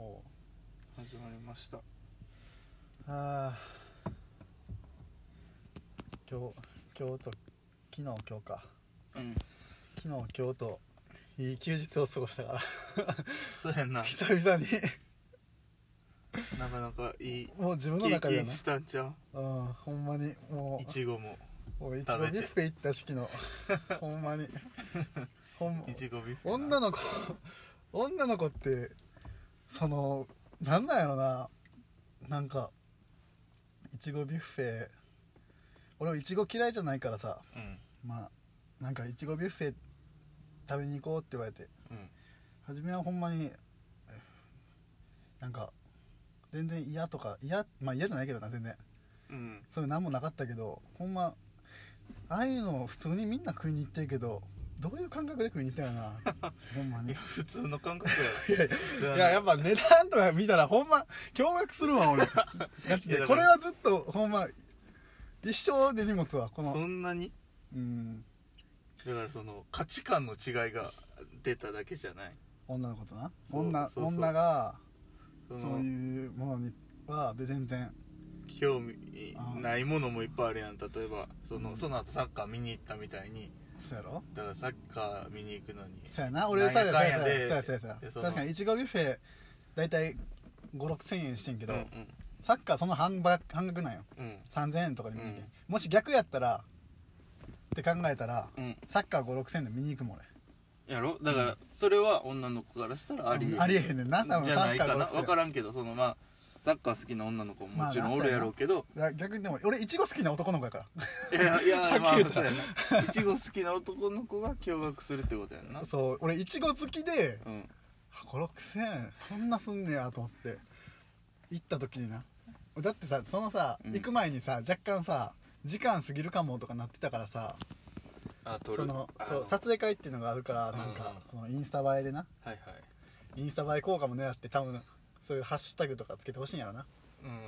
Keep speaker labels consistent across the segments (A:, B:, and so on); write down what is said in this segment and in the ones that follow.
A: おう
B: 始まりました
A: あー今日今日と昨日今日か
B: うん
A: 昨日今日といい休日を過ごしたから
B: そうやんな
A: 久々に
B: なかなかいい
A: もう自分の
B: 経
A: 中では
B: 験
A: な
B: したんちゃ
A: うんほんまにも
B: ういちごも
A: うもういち
B: 食
A: ご
B: べて
A: ビュッフェ行った式の ほんまにほん
B: いちごビュッフェ
A: 女
B: の
A: の子女の子ってそのなんなんやろななんかいちごビュッフェ俺はいちご嫌いじゃないからさ
B: うん
A: まあなんかいちごビュッフェ食べに行こうって言われて
B: うん
A: 初めはほんまになんか全然嫌とか嫌まあ嫌じゃないけどな全然
B: うん
A: そういう何もなかったけどほんまああいうのを普通にみんな食いに行ってるけどどういう感覚で食いに行ったよな ほんま
B: い
A: に
B: や普通の感覚
A: いやい
B: や
A: やいややっぱ値段とか見たらほんま驚愕するわ俺 ガチ
B: い
A: で
B: や
A: これはずっとほんま一生で荷物はこ
B: そ
A: の
B: んなに
A: うん
B: だからその価値観の違いが出ただけじゃない
A: 女の子とな
B: そう
A: 女
B: そうそう
A: 女が
B: そ
A: そう
B: の
A: いうものには全然
B: 興味ないものもいっぱいあるやん例えばその、
A: うん
B: その後サッカー見に行ったみたいに
A: そうやろ
B: だからサッカー見に行くのに
A: そうやな俺
B: なん
A: そう
B: や
A: や
B: か
A: そうんや
B: やで
A: そうやそうやそうや
B: でその
A: 確かにいちごビュッフェ大体56000円してんけ
B: う
A: ど、
B: んうん
A: サッカーその半ば半額なんよ
B: うん
A: 3000円とかで見に行け、
B: うん
A: もし逆やったらって考えたら
B: うん
A: サッカー56000円で見に行くもん俺
B: やろだからそれは女の子からしたらありえへ
A: うん
B: ん
A: ありえへんねんな多分
B: じ
A: サ
B: ゃ
A: ッ
B: ない
A: カ
B: か
A: ー
B: な
A: 56000円
B: 分からんけどそのまあサッカー好きな女の子ももちろんおるやろうけど、
A: いや逆にでも俺いちご好きな男の子やから
B: いやい やま
A: は
B: あ
A: っきり言った
B: そうやないちご好きな男の子が驚愕するってことやんな
A: そう俺いちご好きで
B: うん
A: 56000円そんなすんねやと思って行った時になだってさそのさ、
B: うん
A: 行く前にさ若干さ時間過ぎるかもとかなってたからさ
B: あ撮る
A: その
B: あ
A: そう撮影会っていうのがあるからなんか、そのインスタ映えでな
B: はいはい
A: インスタ映え効果も狙って多分そういうハッシュタグとかつけてほしいんやろな
B: うんうん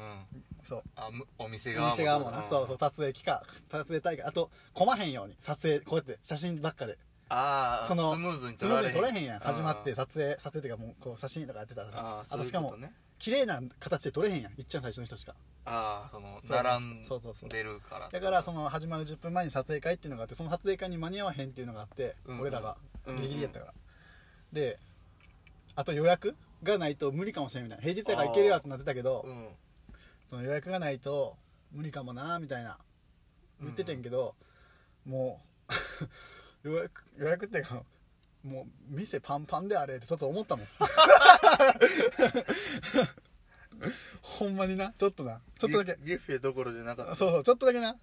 A: そう
B: あむお店側
A: お
B: も
A: 店側もなそうそうう撮影期間撮影大会あとこまへんように撮影こうやって写真ばっかで
B: ああ
A: その
B: スムーズに
A: そ
B: 撮
A: れ
B: ら
A: で
B: れ
A: 撮れへんやん
B: う
A: 始まって撮影撮影っていうかもうこう写真とかやってたら
B: あ
A: あ
B: あ
A: としかも
B: ね
A: 綺麗な形で撮れへんやんいっちゃん最初の人しか
B: ああその
A: そう
B: 並ん
A: そうそうそう
B: でるから
A: だからその始まる10分前に撮影会っていうのがあってその撮影会に間に合わへんっていうのがあって、
B: うんうん
A: 俺らが
B: うんうん
A: ギリギリやったから、であと予約がないと無理かもしれんみたいな平日やから行けるよってなってたけど、
B: うん
A: その予約がないと無理かもなみたいな言っててんけど、もう 予約予約っていうかもう店パンパンであれってちょっと思っ たもんほんまになちょっとなちょっとだけ
B: ビュビュッフェどころじゃなかった
A: そうそうちょっとだけな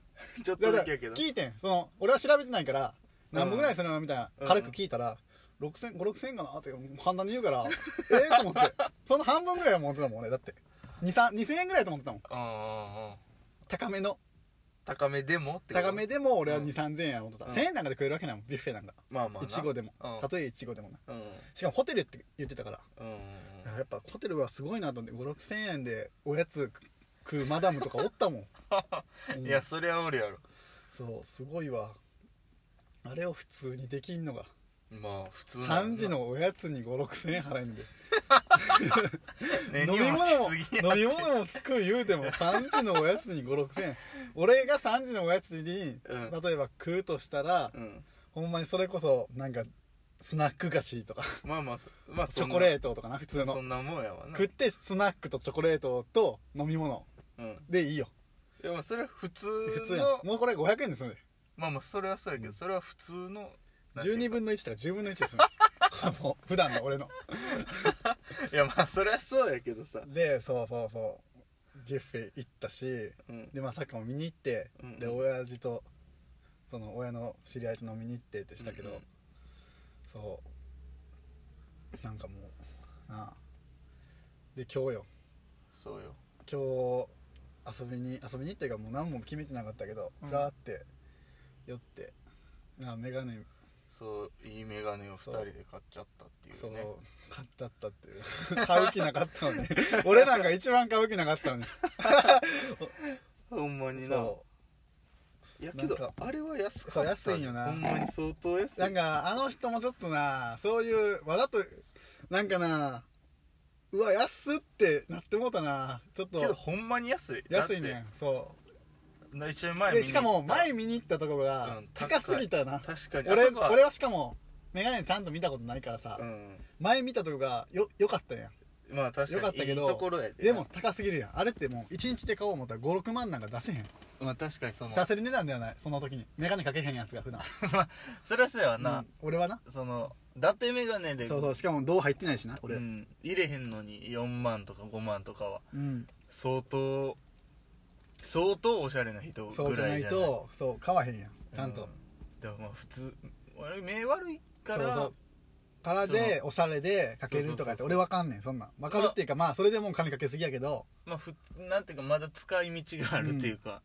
B: ちょっと
A: だか
B: だ
A: ら
B: けやけど
A: 聞いてんその俺は調べてないから
B: うん
A: 何本ぐらいするのみたいな、
B: うん
A: 軽く聞いたら6000 56000円かなって簡単に言うから ええと思ってその半分ぐらいは思ってたもん俺だって23 2000円ぐらいと思ってたもん
B: うんうんうん
A: 高めの
B: 高めでもってこと
A: 高めでも俺は
B: うん
A: 2 3 0 0円や思ってた、
B: うん
A: 1000円なんかで食えるわけないもんビュッフェなんか
B: まあまあ
A: い
B: な
A: ちごでも
B: うん
A: たとえいちごでもな
B: うんうん
A: しかもホテルって言ってたから
B: うんうん
A: やっぱホテルはすごいなと思って56000円でおやつ食うマダムとかおったもん、う
B: うん
A: ん
B: いやそりゃおるやろ
A: そうすごいわあれを普通にできんのが
B: まあ普通なんやな
A: 3時のおやつに56000円払えんで
B: ね
A: 飲み
B: 荷
A: 物も
B: 物しすぎや
A: 飲み物もつく言うても3時のおやつに56000円俺が3時のおやつに、
B: うん
A: 例えば食うとしたら、
B: うん
A: ほんまにそれこそなんかスナック菓子とか
B: まあまあそまあ
A: チョコレ
B: ー
A: ートとかな普通
B: そ
A: の
B: んなもんやわな
A: 食ってスナックとチョコレートと飲み物
B: うん
A: でいいよ
B: いやまあそれは普通
A: 普通や
B: の
A: んもうこれ500円ですので
B: まあまあそれはそうやけどそれは普通のなんていうか
A: 12分の1とか10分の1です のでもう普段の俺の
B: いやまあそれはそうやけどさ
A: でそうそうそうビュッフェ行ったし
B: うん
A: でまあサッカーも見に行って、
B: うんうん
A: で親父とその親の知り合いと飲みに行ってってしたけど、
B: うんうん
A: そうなんかもうなあで今日よ
B: そうよ
A: 今日遊びに遊びにっていうかもう何も決めてなかったけど
B: うん
A: ふらーって寄ってなあ眼鏡
B: そういい眼鏡を2人で買っちゃったっていう
A: そう
B: ね
A: 買っちゃったっていう買う気なかったの に俺なんか一番買う気なかったのに
B: ほんまにな
A: そ
B: いやけど
A: なんか
B: あれは安かった
A: そう安いんよな
B: ほんまに相当安いう
A: なんかあの人もちょっとなそういうわざとなんかなううわ安っってなってもうたなちょっと
B: けどほんまに安い
A: 安いね
B: だっ
A: んそ
B: て一緒に
A: う
B: 前見に行っ
A: で
B: た
A: しかも前見に行ったとこが
B: うん高い
A: 高すぎたな、
B: 確かに
A: 俺
B: あそこは
A: 俺はしかもメガネちゃんと見たことないからさ、
B: うん
A: 前見たとこがよ良かったやん
B: まあ確かに
A: よかったけど
B: いいところや
A: でも高すぎるやんあれってもう1日で買おう思ったら56万なんか出せへん
B: まあ確かにその
A: 出せる値段ではないその時にメガネかけへんやつが普段
B: それはそうやわな、
A: うん俺はな
B: その伊達眼鏡で
A: そうそうしかも銅入ってないしな俺
B: う
A: うん、
B: ん、入れへんのに4万とか5万とかは相当相当おしゃれな人ぐらいじゃ
A: そうじゃないとそう買わへんやんちゃん
B: う
A: と、
B: んでもまあ普通俺目悪いから
A: そうそうからでおしゃれでかけるとかって俺わかんねんそんなんわかるっていうかまあそれでもう金かけすぎやけど
B: まあふなんていうかまだ使い道があるっていうか、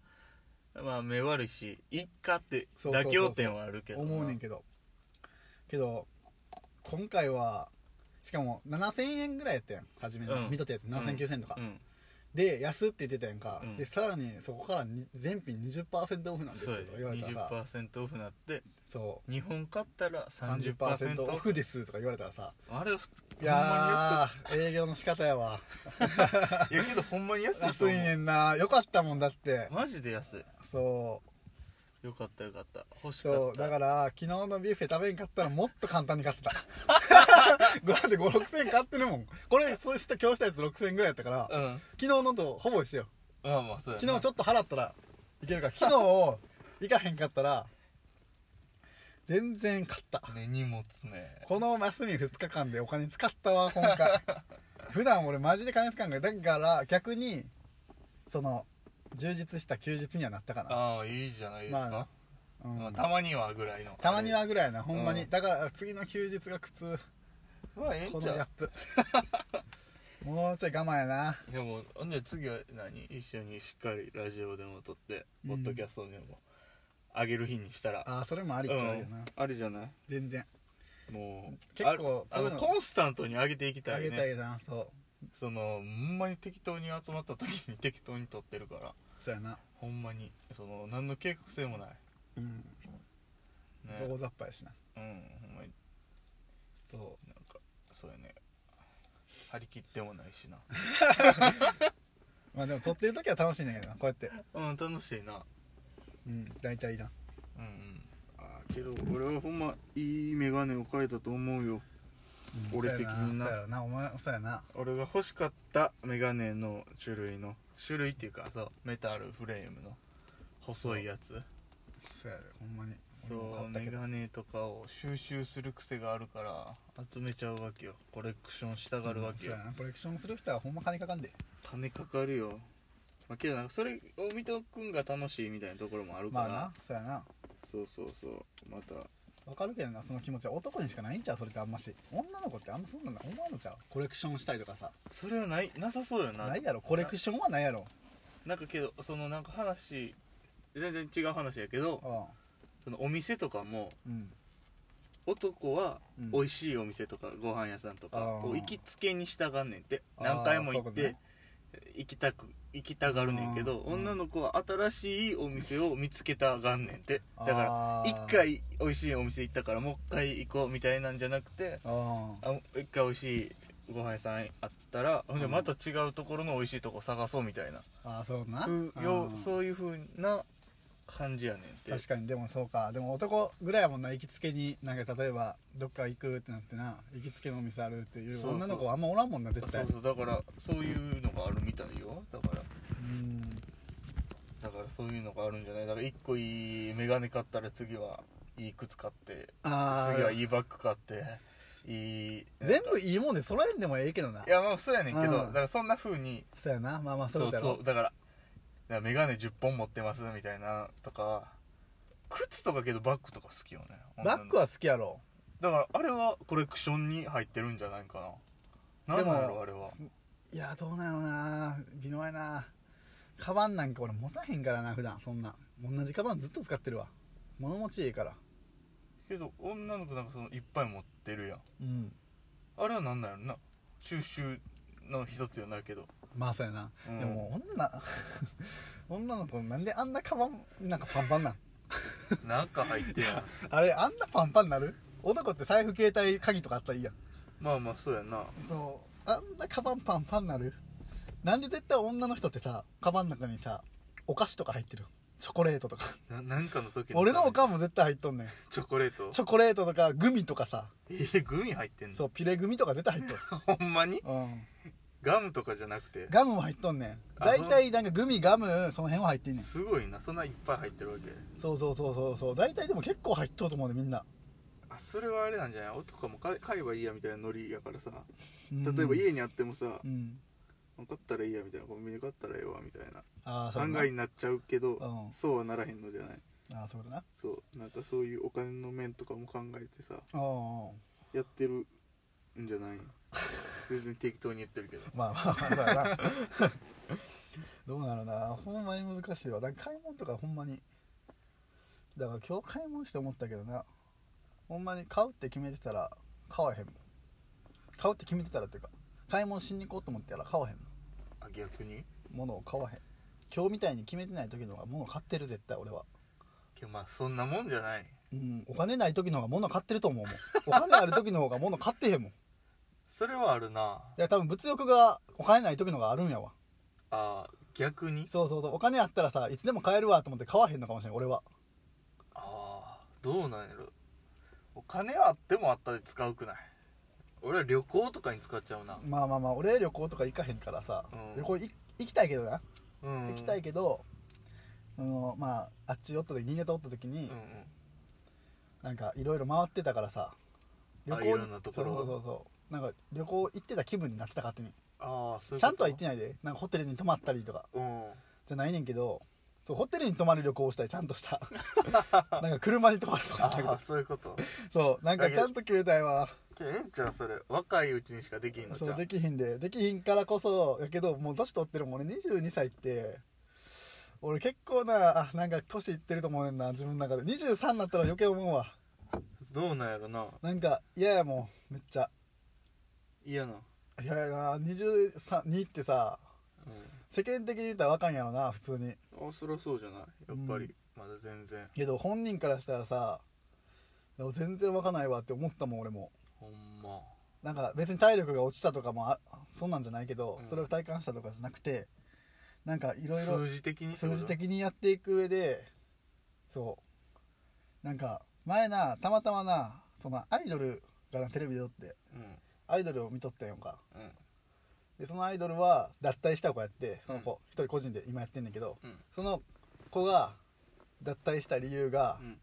B: まあ目悪いしいっかって
A: そうそう
B: 妥
A: そうそう
B: 協点はあるけどな
A: 思うねんけどけど今回はしかも7000円ぐらいやったやん初めの、
B: うん
A: 見とったやつ7000、9000とか、
B: うん
A: で安って言ってたやんか、
B: うん
A: でさらにそこからに全品20%オフなんです
B: そう
A: よ
B: や
A: と言われ
B: で
A: たらさ
B: 20%オフなって
A: そう
B: 日本買ったら30%
A: 30%オ
B: オ
A: フ
B: フ
A: ですとか言われたらさ
B: あれはふほん
A: い
B: ま
A: やー営業の仕方やわ
B: に安かったいやけどほんまに安いと
A: 安い
B: 思う
A: ねんなよかったもんだって
B: マジで安い
A: そう
B: よかったよかった欲しかった
A: そうだから昨日のビュッフェ食べんかったらもっと簡単に 買ってただって56000円買ってるもんこれそうした今日したやつ6000円ぐらいやったから
B: うんま
A: 昨日のとほぼ一緒よ
B: あまあそうやな
A: 昨日ちょっと払ったらいけるから昨日行かへんかったら全然買った
B: ね荷物ね
A: この休み2日間でお金使ったわ今回普段俺マジで金使うんからだから逆にその充実した休日にはなったかな
B: ああいいじゃないですか、
A: まあなうん
B: まあたまにはぐらいの
A: たまにはぐらいやなほんまに、
B: うん
A: だから次の休日が苦痛
B: まあええ
A: こ
B: ん
A: の
B: ちゃう
A: ギャップもうちょい我慢やない
B: やもうほんで次は何一緒にしっかりラジオでも撮って、
A: うん
B: ポッドキャストでも上げる日にしたら
A: ああそれもありっちゃうよな、
B: んあれじゃない
A: 全然
B: もう
A: 結構
B: ああ
A: こうい
B: の
A: うの
B: コンスタントに上げていきた
A: あ
B: い
A: げてあ
B: ね
A: げたなそう
B: そのほんまに適当に集まった時に適当に撮ってるから
A: そうやな
B: ほんまにその何の計画性もない
A: うん
B: ね
A: 大雑把やしな
B: うんほんまに
A: そ
B: なんかそうやね張り切ってもないしな
A: うまあでも撮ってる時は楽しいんだけどなこうやって
B: うん楽しいな
A: うん大体いいな
B: うんうんあーけど俺はほんまいい眼鏡を変えたと思うよ
A: うん
B: 俺的にな
A: そうやろなお前そうやな
B: 俺が欲しかった眼鏡の種類の種類っていうかそうメタルフレームの細いやつ
A: そうやでほんまに
B: そ
A: 俺も
B: う
A: 買った
B: メ
A: けど
B: ガネとかを収集する癖があるから集めちゃうわけよコレクションしたがるわけよ
A: そうやなコレクションする人はほんま金かかんで
B: 金かかるよまあけどなんかそれを見とくんが楽しいみたいなところもあるから、
A: まあなそうやな
B: そうそうそうまた
A: わかるけどなその気持ちは男にしかないんちゃうそれってあんまし女の子ってあんまそんなん思わんのちゃうコレクションしたりとかさ
B: それはないなさそうよな
A: ないやろコレクションはないやろ
B: なんかけどそのなんか話全然違う話やけど
A: う
B: そのお店とかも
A: ん
B: 男は
A: うん
B: 美味しいお店とかご飯屋さんとか
A: あー
B: を行きつけに従んねんって
A: あー
B: 何回も行っ
A: そういう
B: て行きたく行きたがるねんけど
A: あーうん
B: 女の子は新しいお店を見つけたがんねんってだから
A: ら
B: 一回美味しいお店行ったからもう一回行こうみたいなんじゃなくて
A: あ
B: あ一回美味しいご飯屋さんあったらほんでまた違うところの美味しいとこ探そうみたいな
A: あーそうな
B: ふうよ
A: あー
B: そういうふうな感じやねんって
A: 確かにでもそうかでも男ぐらいやもんな行きつけになんか例えばどっか行くってなってな行きつけのお店あるっていう
B: そうそう
A: 女の子はあんまおらんもんな絶対
B: そうそうだからそういうのがあるみたいよだから
A: うん
B: だからそういうのがあるんじゃないだから1個いい眼鏡買ったら次はいい靴買って
A: あ
B: 次は
A: あ
B: いいバッグ買っていいなんか
A: 全部いいもんで揃えんでもええけどない
B: やまあそうやねんけど
A: うん
B: だからそんなふうに
A: そうやなまあまあ
B: そ
A: そううだ
B: そ
A: ろ
B: うだからだから眼鏡10本持ってますみたいなとか靴とかけどバッグとか好きよね
A: バッグは好きやろ
B: だからあれはコレクションに入ってるんじゃないかな
A: で
B: 何
A: も
B: なんやろあれはい
A: やどうなのな微妙やなカバンなんか俺持たへんからな普段そんな同じカバンずっと使ってるわ物持ちいいから
B: けど女の子なんかそのいっぱい持ってるやん
A: うん
B: あれはなんなんやろな収集の一つよなけど
A: まあそうやな、
B: うん
A: でも女 女の子なんであんなカバンなんかパンパンなん
B: なんか入って やん
A: あれあんなパンパンなる男って財布携帯鍵とかあったらいいやん
B: まあまあそうやな
A: そうあんなカバンパンパンなるなんで絶対女の人ってさカバンの中にさお菓子とか入ってるチョコレー トとか
B: ななんかの時
A: 俺のお
B: か
A: かんも絶対入っとんねん
B: チョコレート
A: チョコレートとかグミとかさ
B: えー、グミ入ってんの
A: そうピュレグミとか絶対入っとる、
B: ほんまに
A: うん、
B: ガムとかじゃなくて
A: ガムも入っとんねん
B: あ
A: 大体なんかグミガムその辺は入ってんねん
B: すごいなそんないっぱい入ってるわけ
A: そうそうそうそうそう大体でも結構入っとると思うねみんな
B: あそれはあれなんじゃない男も買え買えばいいやみたいなノリやからさ
A: うん
B: 例えば家にあってもさ
A: うん
B: 買ったらいいやみたいなコンビニ買ったらええわみたいな
A: ああそういう
B: 考
A: こ
B: えになっちゃうけど、
A: うん
B: そうはならへんのじゃない
A: となああそういうことな
B: そうなんかそういうお金の面とかも考えてさ
A: おうお
B: やってるんじゃない全然適当に言ってるけど
A: うまあまあまあそうやな どうなるなほんまに難しいわだから買い物とかほんまにだから今日買い物して思ったけどなほんまに買うって決めてたら買わへんもん買うって決めてたらっていうか買い物しに行こうと思ってたら買わへん
B: あ逆に
A: ものを買わへん今日みたいに決めてない時の方が物を買ってる絶対俺は
B: けどまあそんなもんじゃない
A: うん、お金ない時の方が物買ってると思うもんお金ある時の方が物買ってへんもんい
B: それはあるな
A: や多分物欲がお金ない時の方があるんやわ
B: あ逆に
A: そうそうそうお金あったらさいつでも買えるわと思って買わへんのかもしれん俺は
B: あーどうなんやろお金あってもあったで使うくない俺は旅行とかに使っちゃうな
A: まあまあまあ俺旅行とか行かへんからさ、
B: うん
A: 旅行い行きたいけどな、
B: うん
A: 行きたい
B: け
A: けどあのまああっちおった時新潟おった時に、
B: うんうん
A: なんかいろいろ回ってたからさ旅行
B: いろんなところ
A: そうそうそうそうなんか旅行行ってた気分になってた勝手に
B: ああそういうこと
A: ちゃんとは行ってないでなんかホテルに泊まったりとか
B: うん
A: じゃないねんけどそうホテルに泊まる旅行をしたいちゃん としたなんか車に泊まるとか
B: あ
A: したけど
B: あそういうこと
A: そうなんかちゃんと決めたいわ
B: けどええんちゃうそれ若いうちにしかできんのち
A: そ
B: ゃ
A: う
B: う
A: できひんでできひんからこそやけどもう年取ってるもんね22歳って俺結構なあなんか年いってると思うねんな自分の中で23になったら余計思うわ
B: どうなんやろな
A: なんか嫌やもんめっちゃ
B: 嫌な、
A: 嫌やな22ってさ世間的に言ったら若いんやろな普通に
B: うん、あそりゃそうじゃないやっぱり、
A: うん
B: まだ全然
A: けど本人からしたらさいや全然若ないわって思ったもん俺も
B: ほんま
A: なんか別に体力が落ちたとかもあそんなんじゃないけど、
B: うん
A: それを体感したとかじゃなくてなんかいろいろ
B: 数字的にってこ
A: 数
B: と
A: 字的にやっていく上でそうなんか前なたまたまなそのアイドルがなテレビで撮って
B: うん
A: アイドルを見とったやんか
B: うん
A: でそのアイドルは脱退した子やってその
B: う
A: 子一、人個人で今やってんだけど
B: うん
A: その子が脱退した理由が、
B: うん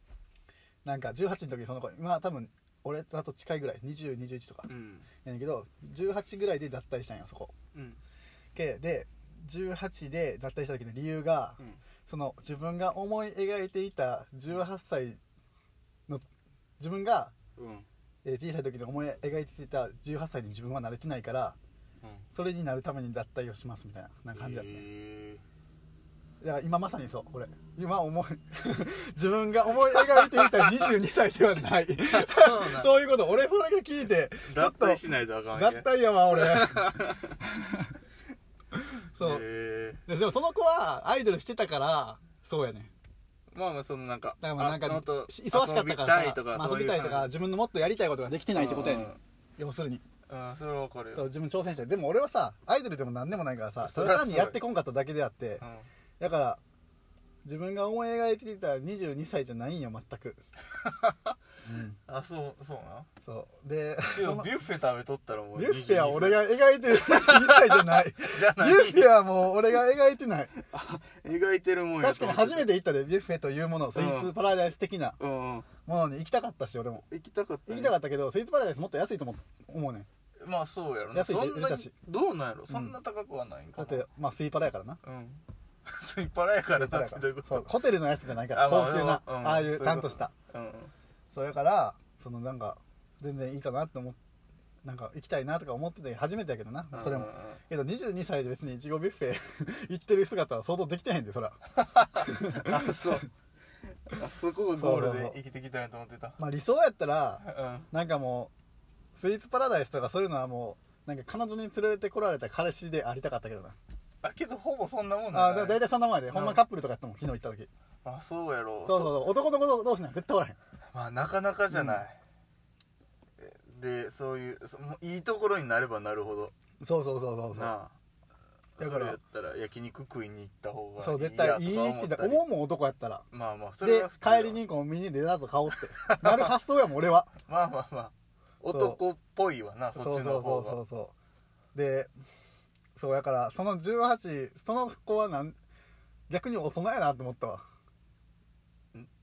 A: なんか18の時にその子今多分俺らと近いぐらい2021とか
B: うん
A: やねんけど18ぐらいで脱退したんやそこ
B: うん
A: けで18で脱退した時の理由が、
B: うん
A: その自分が思い描いていた18歳の自分が、
B: うん
A: えー小さい時に思い描いていた18歳に自分は慣れてないから
B: うん
A: それになるために脱退をしますみたいななんか感じだった、
B: へ
A: だから今まさにそう俺今思い 自分が思い描いていた22歳ではない
B: えそうなん
A: そういうこと俺それが聞いてちょ
B: 脱
A: っと
B: 退しないとあかんわ
A: 脱
B: け
A: 退 やわ俺そう、
B: へえ
A: ででもその子はアイドルしてたからそうやね
B: まあまあそのなんか
A: だからまあなんか
B: あもっと
A: し忙しかったから
B: 遊びたいとか
A: まあ遊びたいとか自分のもっとやりたいことができてないってことやねん要するに
B: うんうんそれはわかるよ
A: そう自分挑戦してでも俺はさアイドルでも何でもないからさ
B: そ
A: た
B: りゃ
A: だ
B: そう
A: 単にやってこんかっただけであって
B: うん
A: だから自分が思い描いていた22歳じゃないんよ全 く、うん、
B: あそうそうな
A: そうで
B: け
A: そ
B: ど
A: の
B: ビ
A: ビ
B: ュッフェ食べとったらもう
A: ュッフェは
B: 22
A: 俺が描いてる22歳じゃない
B: じゃ
A: ビ
B: ない
A: ュッフェはもう俺が描いてない
B: 描いてるもんや
A: 確かに初め
B: て
A: て行ったでビュッフェというものスイーツパラダイス的な
B: うんうん
A: ものに行きたかったし俺も
B: 行きたかった
A: 行
B: ね
A: きたかったけどスイーツパラダイスもっと安いと思う思うねん
B: まあそうやろな
A: 安いで
B: そんな
A: 売れた
B: に
A: し
B: どうなんやろそんな高くはないんか
A: だっ
B: な
A: てまあスイパラやからな
B: うん スイパラやから
A: パ
B: だっ
A: ラや
B: て
A: か
B: どうい
A: ら
B: うこ
A: そう
B: と
A: ホテルのやつじゃないか
B: あ
A: ら
B: まあ
A: 高級な
B: うん
A: ああ
B: そうい
A: いうう
B: こと
A: ちゃんとした
B: うんうん
A: そうやからそのなんか全然いいかなって思っなんか行きたいなとか思ってて初めてやけどなそれも
B: うんうんうん
A: けど22歳で別にいちごビュッフェ 行ってる姿は想像できてへんでそら
B: あそうあそこがゴールで生きていきたいなと思ってた
A: まあ理想やったら
B: うん
A: なんかもうスイーツパラダイスとかそういうのはもうなんか彼女に連れてこられた彼氏でありたかったけどな
B: あけどほぼそんなもん
A: あ
B: だ
A: あだ
B: よ
A: だい
B: ね
A: たいそんなもんやでほんまカップルとかやったもん昨日行った時
B: あそうやろ
A: そうそうそう男の子同士なんか絶対おらへん
B: まあなかなかじゃない、えでそういうそもういいところになればなるほど
A: そうそうそうそうそう
B: なあ
A: だか
B: そ
A: ら
B: れやったら焼肉食いに行った方が
A: そう絶対いいって
B: だ
A: だ思うもん男やったら
B: まあまあそれ
A: で
B: は普通
A: 帰りにコンビニでデザート買おうってなる発想やもん俺は
B: まあまあまあ男っぽいわなそ
A: そ
B: っ
A: う
B: ち
A: そ
B: の
A: う
B: 方
A: そうそ
B: が
A: うそうでそうやからその18その子はなん逆に大人やなって思ったわ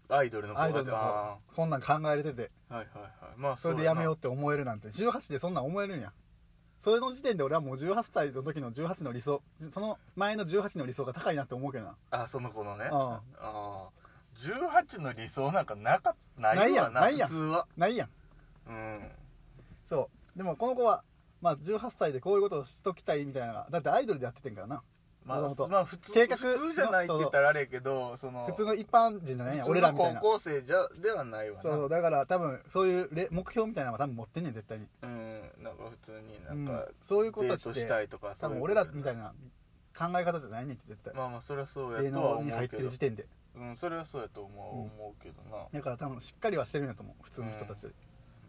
B: アイドルの方
A: アイ
B: が
A: ド
B: あ
A: ルの子こんなん考えれてて
B: ーはいはいはいまあ
A: それでやめよう
B: う
A: って思えるなんて18でそんなん思えるんやそれの時点で俺はもう18歳の時の18の理想じその前の18の理想が高いなって思うけどな
B: だなあその子のね
A: うん
B: ああ18の理想なんかなかな
A: ないいや
B: わ
A: ん
B: な
A: ないや
B: 普
A: ん
B: 通は
A: ないやん
B: うん
A: そうでもこの子は、まあ、18歳でこういうことをしときたいみたいなのがだってアイドルでやっててんからな
B: ま
A: なるほ
B: あ
A: ど
B: まあ普通
A: 計画
B: 普通じゃないって言ったらあれやけどその
A: 普通の一般人じゃないやん俺らみたいな
B: 高校生じゃではないわな
A: そうそうだから多分そういうれ目標みたいなのは多分持ってんねん絶対に
B: うんなんか普通になん
A: うん
B: か、
A: そういう子
B: デ
A: た
B: ー
A: ち
B: ト
A: っ
B: してたいとか
A: 多分俺らみた
B: い
A: いな考え方じゃないねんって絶対
B: まあまあそれはそう
A: 芸
B: やとは
A: 能に
B: 思
A: 入
B: う
A: って
B: けど
A: る時点で
B: うんそれはそうやと思う、
A: うん
B: 思うけどな
A: だから多分しっかりはしてるんやと思う普通の人たちよ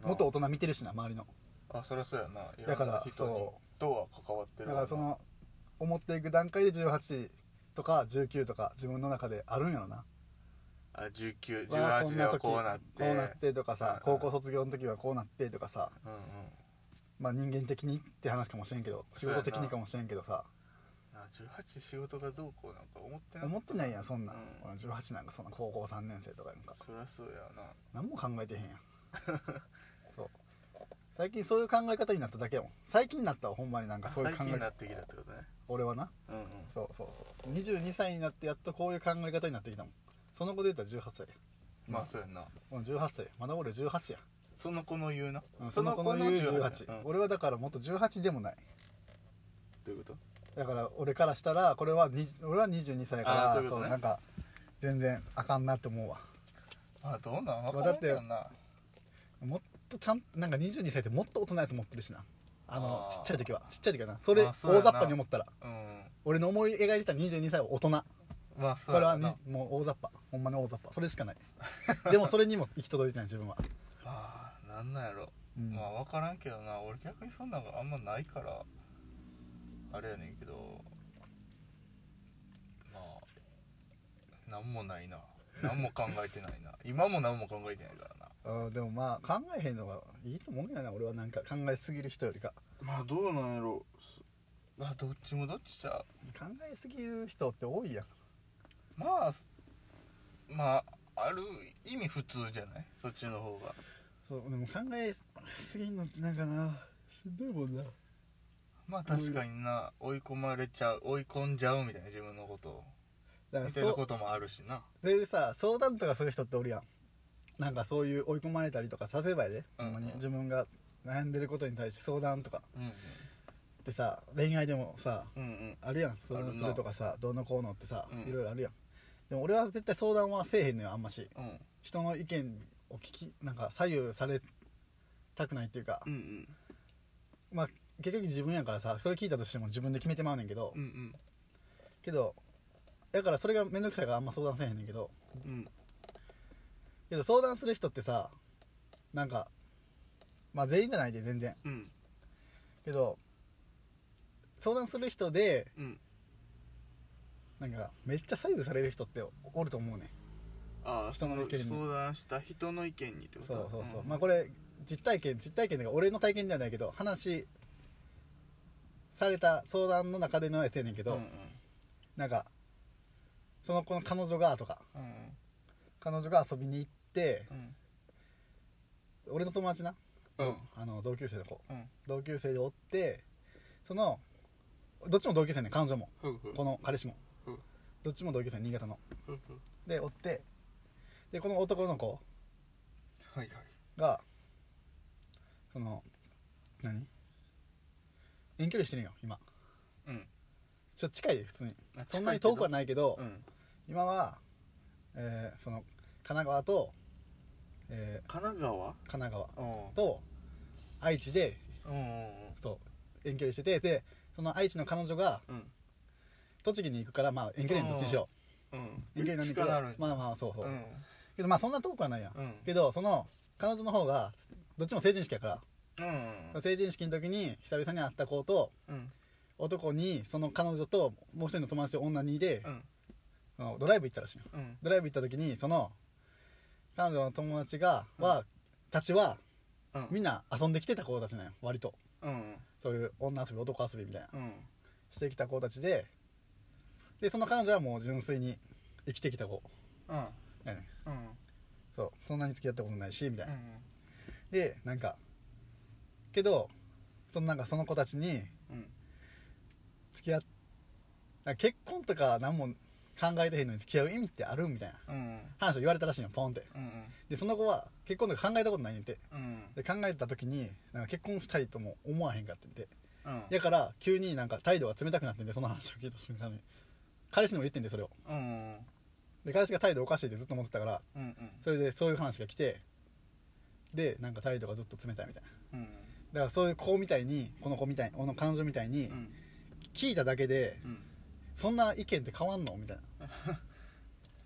A: り、もっと大人見てるしな周りの
B: あそれはそうやない
A: だ
B: ろ
A: か
B: んな
A: ら
B: 人に
A: そ
B: とは関わって
A: う
B: るわ
A: だか
B: な
A: らその思っていく段階で18とか19とか自分の中であるんやろな
B: あ
A: わあこ
B: 1918
A: ん
B: で
A: な
B: は
A: 時
B: こうなって
A: こうなってとか
B: うんう
A: さ
B: ん
A: 高校卒業の時はこうなってとかさ
B: うんうん
A: まあ人間的にって話かもしれんけど仕
B: そうやな
A: 事的にかもしれんけどさ
B: な18仕事がどうこうなんか思ってな
A: 思ってないやんそんなん
B: う
A: 俺18なんかそんな高校3年生とかなんか
B: そりゃそうやな
A: 何も考えてへん やんそう最近そういう考え方になっただけやもん最近になったわほんまになんかそういう考
B: 最近に
A: え
B: なってきたってことね
A: 俺はな
B: うんうん
A: そうそうそう22歳になってやっとこういう考え方になってきたもんその子で言ったら18歳や
B: まあそうやな
A: もう18歳まだ俺18や、
B: その子の言うな、
A: うん、その子の言う18、
B: うん
A: 俺はだからもっと18でもない
B: どういうこと
A: だから俺からしたらこれは20俺は22歳やか
B: あー
A: ら
B: そ
A: そうう
B: いうことね
A: なんか全然あかんなって思うわ
B: まあどうなんわ
A: ま
B: かん
A: あ
B: ないけど
A: だっ
B: な
A: もっとちゃんなんか22歳ってもっと大人やと思ってるしなあの
B: あー
A: ちっちゃい時はちっちゃい時はなそれ
B: まあ
A: 大
B: そうやな
A: 雑把に思ったら
B: うん
A: 俺の思い描いてた22歳は大人
B: まあそう
A: これ
B: や
A: は
B: な
A: にもう大雑把ほんまに大雑把それしかないでもそれにも行き届いてない自分は、
B: ああなんなんやろ、
A: うん
B: まあ分からんけどな俺逆にそんなんがあんまないからあれやねんけどまあなんもないな何も考えてないな今も何も考えてないからな
A: うんでもまあ考えへんのがいいと思うんやな俺はなんか考えすぎる人よりか
B: まあどうなんやろあどっちもどっちじゃ
A: 考えすぎる人って多いやん
B: まあすまあある意味普通じゃないそっちの方が
A: そうでも考えすぎるのってなんかなしんどいもんな
B: まあ確かにな追い込まれちゃう追い込んじゃうみたいな自分のことを
A: だから
B: みたいな
A: そ
B: こ
A: う
B: ともあるしな
A: それでさ相談とかする人っておるやんなんかそういう追い込まれたりとか例えばやで、
B: うんうん
A: ほんまに自分が悩んでることに対して相談とか
B: うん
A: ってさ恋愛でもさ
B: うんうんうん
A: あるやん相談するとかさどうのこうのってさ、
B: うん
A: いろいろあるやんでも俺は絶対相談はせえへんのよあんまし
B: うん
A: 人の意見を聞きなんか左右されたくないっていうか、
B: うんうん
A: まあ結局自分やからさそれ聞いたとしても自分で決めてまうねんけど、
B: うん
A: けどだからそれが面倒くさいからあんま相談せえへんねんけど
B: うんうん
A: けど相談する人ってさなんかまあ全員じゃないで全然
B: うん
A: けど相談する人で
B: うん
A: なんかめっちゃ左右される人っておると思うねん
B: ああ
A: 人の意見に
B: その相談した人の意見にってこと
A: そうそうそう、
B: ん
A: まあこれ実体験実体験だから俺の体験ではないけど話された相談の中でのやつやねんけど、
B: うんうん
A: なんかその子の彼女がとか
B: うんうん
A: 彼女が遊びに行って
B: うん
A: 俺の友達な、
B: うん
A: あの同級生の子
B: うん
A: 同級生でおってそのどっちも同級生ね彼女も
B: ふうふう
A: この彼氏も
B: うん
A: どっちも同級生新潟の
B: ふうふう
A: でおってでこの男の子
B: はいはい
A: がその何遠距離してるんよ今
B: うん
A: ちょっと近い普通に
B: あ
A: そんなに遠くは
B: 近
A: ないけど、
B: うん
A: 今は、えーその神奈川と、え
B: 神奈川
A: ー神奈川
B: うん
A: と愛知で
B: うんうん
A: そう遠距離しててでその愛知の彼女が
B: うん
A: 栃木に行くからまあ遠距離のどっちにしよ
B: うん
A: う遠距離なんだけど
B: なる
A: まあまあそうそう、
B: うん
A: けどまあそんな遠くはないやん、
B: うん
A: けどその彼女の方がどっちも成人式やから
B: うん
A: 成人式の時に久々に会った子と
B: うん
A: 男にその彼女ともう一人の友達と女にで
B: う、ん
A: あのドライブ行ったらしいの
B: うん
A: ドライブ行った時にその彼女の友達がは、たちは
B: うん
A: みんな遊んできてた子たちなんよ割と
B: うん
A: そういう女遊び男遊びみたいな
B: うん
A: してきた子たちででその彼女はもう純粋に生きてきた子
B: うん
A: やねん
B: うん
A: そうそんなに付き合ったことないしみたいな、
B: うん
A: でなんかけどそのなんかその子たちに
B: うん
A: 付き合っなんか結婚とか何も考えてへんのに付き合う意味ってあるみたいな
B: うん
A: 話を言われたらしいのポンって
B: うん
A: でその子は結婚とか考えたことないねんて
B: うん
A: で考えた時になんか結婚したいとも思わへんかってんて
B: うん
A: だから急になんか態度が冷たくなってんでその話を聞いた瞬間に彼氏にも言ってんでそれを
B: うん
A: で彼氏が態度おかしいってずっと思ってたから
B: うん
A: それでそういう話が来てでなんか態度がずっと冷たいみたいな
B: うん
A: だからそういう子みたいにこの子みたいこの彼女みたいに
B: うん
A: 聞いただけで
B: うん
A: そんな意見って変わんのみたいな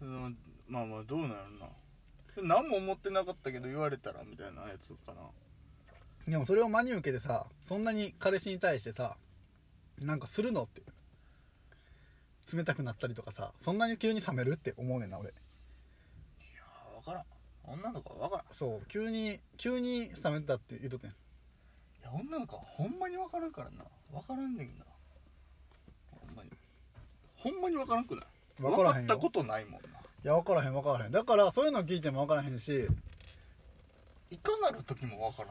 B: うんまあまあどうなるな何も思ってなかったけど言われたらみたいなやつかな
A: でもそれを真に受けてさそんなに彼氏に対してさなんかするのって冷たくなったりとかさそんなに急に冷めるって思うねんな俺
B: あ分からん女の子は分からん
A: そう急に急に冷めたって言うとってん
B: いや女の子はほんまに分からんからな分からんねんなほんまにほんまに分からんくない
A: 分からへん
B: 分
A: よ
B: かったことないもんない
A: や分からへん分からへんだからそういうの聞いても分からへんし
B: いかなる時も分からん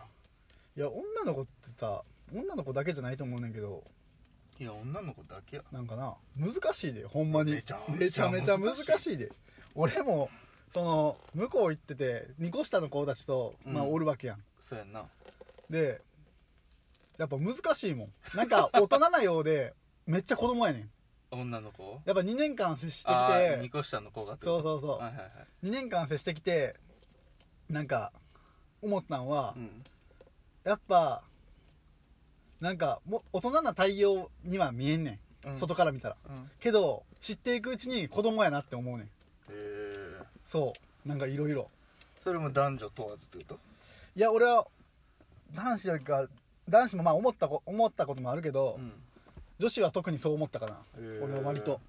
A: いや女の子ってさ女の子だけじゃないと思うねんけど
B: いや女の子だけや
A: なんかな難しいでほんまに
B: めちゃ
A: め
B: め
A: ち
B: ち
A: ゃ
B: ゃ
A: めちゃ難しいで俺もその向こう行ってて2個下の子たちと、まあ、
B: うん
A: おるわけやん
B: そうやんな
A: でやっぱ難しいもんな んか大人なようでめっちゃ子供やねん
B: 女の子
A: やっぱ2年間接して
B: ああ
A: き
B: 二
A: て
B: 個下の子がってこ
A: そ
B: と
A: うそうそう、
B: はいはいはい
A: 2年間接してきてなんか思ったんは、
B: うん
A: やっぱなんかもう大人な対応には見えんね
B: うんん
A: 外から見たら、
B: うん
A: けど知っていくうちに子供やなって思うねん
B: へえ
A: そうなんかいろいろ
B: それも男女問わずってこと
A: いや俺は男子よりか男子もまあ思ったこ思ったこともあるけど、
B: うん
A: 女子は特にそう思ったかな、
B: へー
A: 俺は割と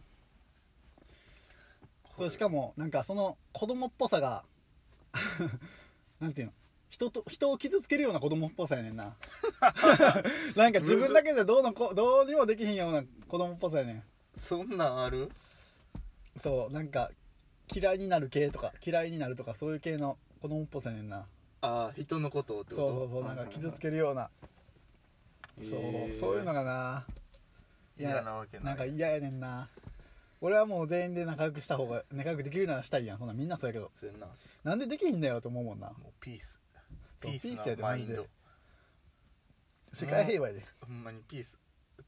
A: そうしかもなんかその子供っぽさが なんていうの人と人を傷つけるような子供っぽさやねんな なんか自分だけじゃどうのこどうにもできひんような子供っぽさやねん
B: そんなんある
A: そうなんか嫌いになる系とか嫌いになるとかそういう系の子供っぽさやねんな
B: ああ人のことをって
A: そう
B: こと
A: そうそうなんか傷つけるようなそうそういうの
B: が
A: がな
B: 嫌なわけない
A: なんか嫌やねんな俺はもう全員で仲良くした方が仲良くできるならしたいやんそんなみんなそうやけど
B: そうやんな
A: なんでできひんだよと思うもんな
B: もうピース
A: そ
B: ピ
A: う
B: ー
A: ピースや
B: スな
A: で
B: マイン
A: マジ
B: ド
A: で世界平和やで
B: ほんまにピース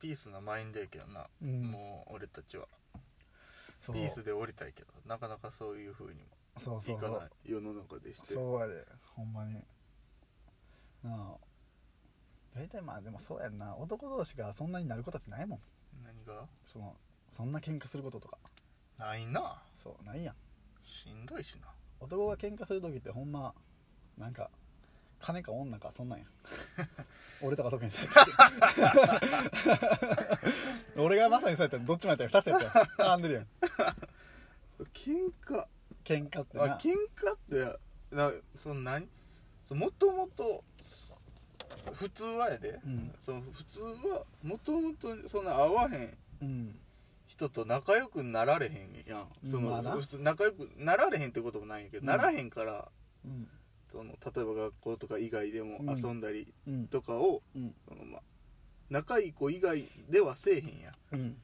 B: ピースなマインドやけどな、
A: うん
B: もう俺たちは
A: そ
B: ピ
A: う
B: ースで降りたいけどなかなかそういうふうにも
A: そうそう
B: いかない世の中でして
A: そうやでほんまになあ大体まあでもそうやんな男同士がそんなになることってないもん
B: 何が
A: そのそんな喧嘩することとか
B: ないな
A: そうないやん
B: しんどいしな
A: 男が喧嘩する時ってほんまなんか金か女かそんな んや俺とか特にそうやったし 俺がまさにそうやったらどっちもやったよ2つやったよ絡んでるやん
B: 喧嘩
A: 喧嘩って
B: あ
A: な
B: 喧嘩ってなその何そもともと普通はやで、
A: うん
B: その普通はもともとそんな合わへん
A: うん
B: 人と仲良くなられへんやんその、
A: まあな
B: 普通仲良くなられへんってこともないんやけど、
A: うん
B: ならへんから
A: うん
B: その例えば学校とか以外でも
A: うん
B: 遊んだり
A: うん
B: とかを、
A: うん
B: そのまあ、仲いい子以外ではせえへんやんだか
A: うん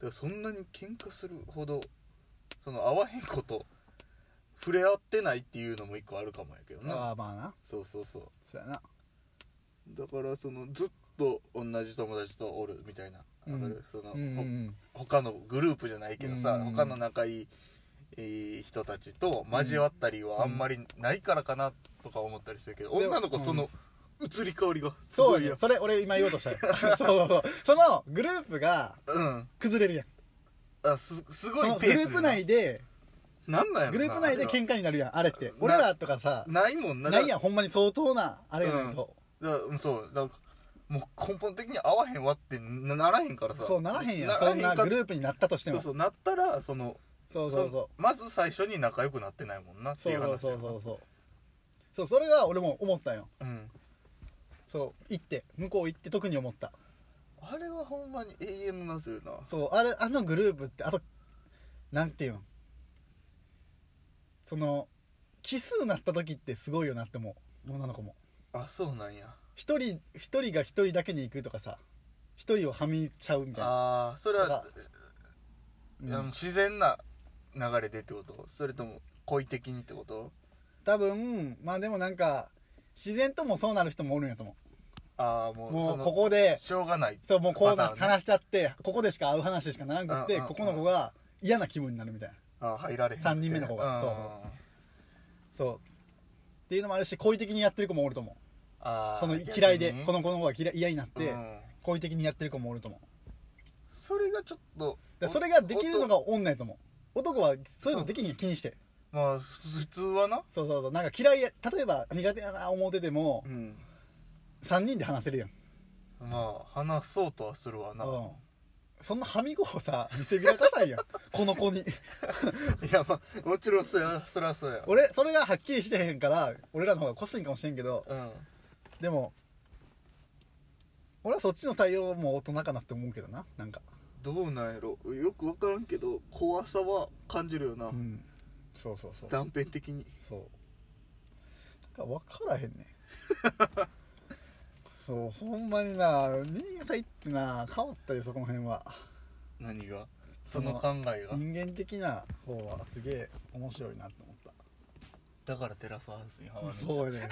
B: らそんなに喧嘩するほどその合わへんこと触れ合ってないっていうのも一個あるかもやけど
A: あ
B: な
A: あまあな
B: そうそうそう
A: そうやな
B: だからそのずっと同じ友達とおるみたいな、
A: うん
B: わかるその、
A: うんうんうん
B: ほ他のグループじゃないけどさ、
A: うんうん
B: 他の仲いいえー人たちと交わったりはあんまりないからかなとか思ったりするけど、
A: でも
B: 女の子その移り変わりがす
A: そ
B: ご
A: う
B: い
A: よ
B: や
A: それ俺今言おうとしたよそう そうそうそのグループが
B: うん
A: 崩れるやん
B: あすすご
A: そ
B: い
A: のグ
B: ペー
A: ル
B: ス
A: ープ内で
B: なんなんやろな
A: グループ内で
B: あれは
A: 喧嘩になるやんあれって
B: な
A: 俺らとかさ
B: ないもんな
A: ないや
B: ん
A: んほんまに相当なあれやないと、
B: だからうんそうだからもう根本的に合わへんわってなならへんからさ
A: そうならへんやん
B: ら
A: そ
B: へ
A: ん
B: か
A: なグループになったとして
B: そ
A: も
B: う
A: そ
B: そううなったらその
A: そうそう
B: そのまず最初に仲良くなってないもんなって
A: そ
B: いうう
A: そ
B: 話
A: うそうそうそうそうそれが俺も思ったんよ
B: うん
A: そう行って向こう行って特に思った
B: あれはほんまに永遠の謎よな
A: そうあれあのグループってあとなんていうんその奇数なった時ってすごいよなって思う女の子も
B: あそうなんや
A: 一人一人が一人だけに行くとかさ一人をはみちゃうみたいな
B: ああーそれは
A: だか、
B: いや
A: うん
B: 自然な流れでってことそれとも故意的にってこと
A: 多分まあでもなんか自然ともそうなる人もおるんやと思
B: ああも
A: う
B: う
A: も
B: そうの
A: ここで
B: しょうがない
A: そうもうこうな
B: パターンね
A: 話しちゃってここでしか会う話しかならなくって
B: うんうんうん
A: ここの子が嫌な気分になるみたいな
B: あー入られへん
A: 三人目の子がそうそうっていうのもあるし好意的にやってる子もおると思う
B: あー
A: その嫌
B: 逆
A: いで
B: に
A: この子の方が嫌い嫌になって
B: うん
A: 好意的にやってる子もおると思う
B: それがちょっと
A: だからそれができるのが女やと思う男はそういうのできひんよ気にして
B: まあ普通はな
A: そうそうそうなんか嫌いや例えば苦手やな思ってても
B: うん
A: 3人で話せるやん、
B: まあ話そうとはするわな、
A: うん、そんなはみごをさ見せびらかさいやん この子に
B: いやまあもちろんそりゃそりゃそうや
A: 俺それがはっきりしてへんから俺らの方がこすいんかもしれんけど
B: うん
A: でも俺はそっちの対応も大人かなって思うけどななんか
B: どうなんやろよく分からんけど怖さは感じるよな、
A: うんそうそうそう
B: 断片的に
A: そうだから分からへんね そうほんまにな新潟行ってな変わったよそこの辺は
B: 何がその考えが
A: 人間的な方はすげえ面白いなって思った
B: だからテラスハウスにハマる
A: そうやね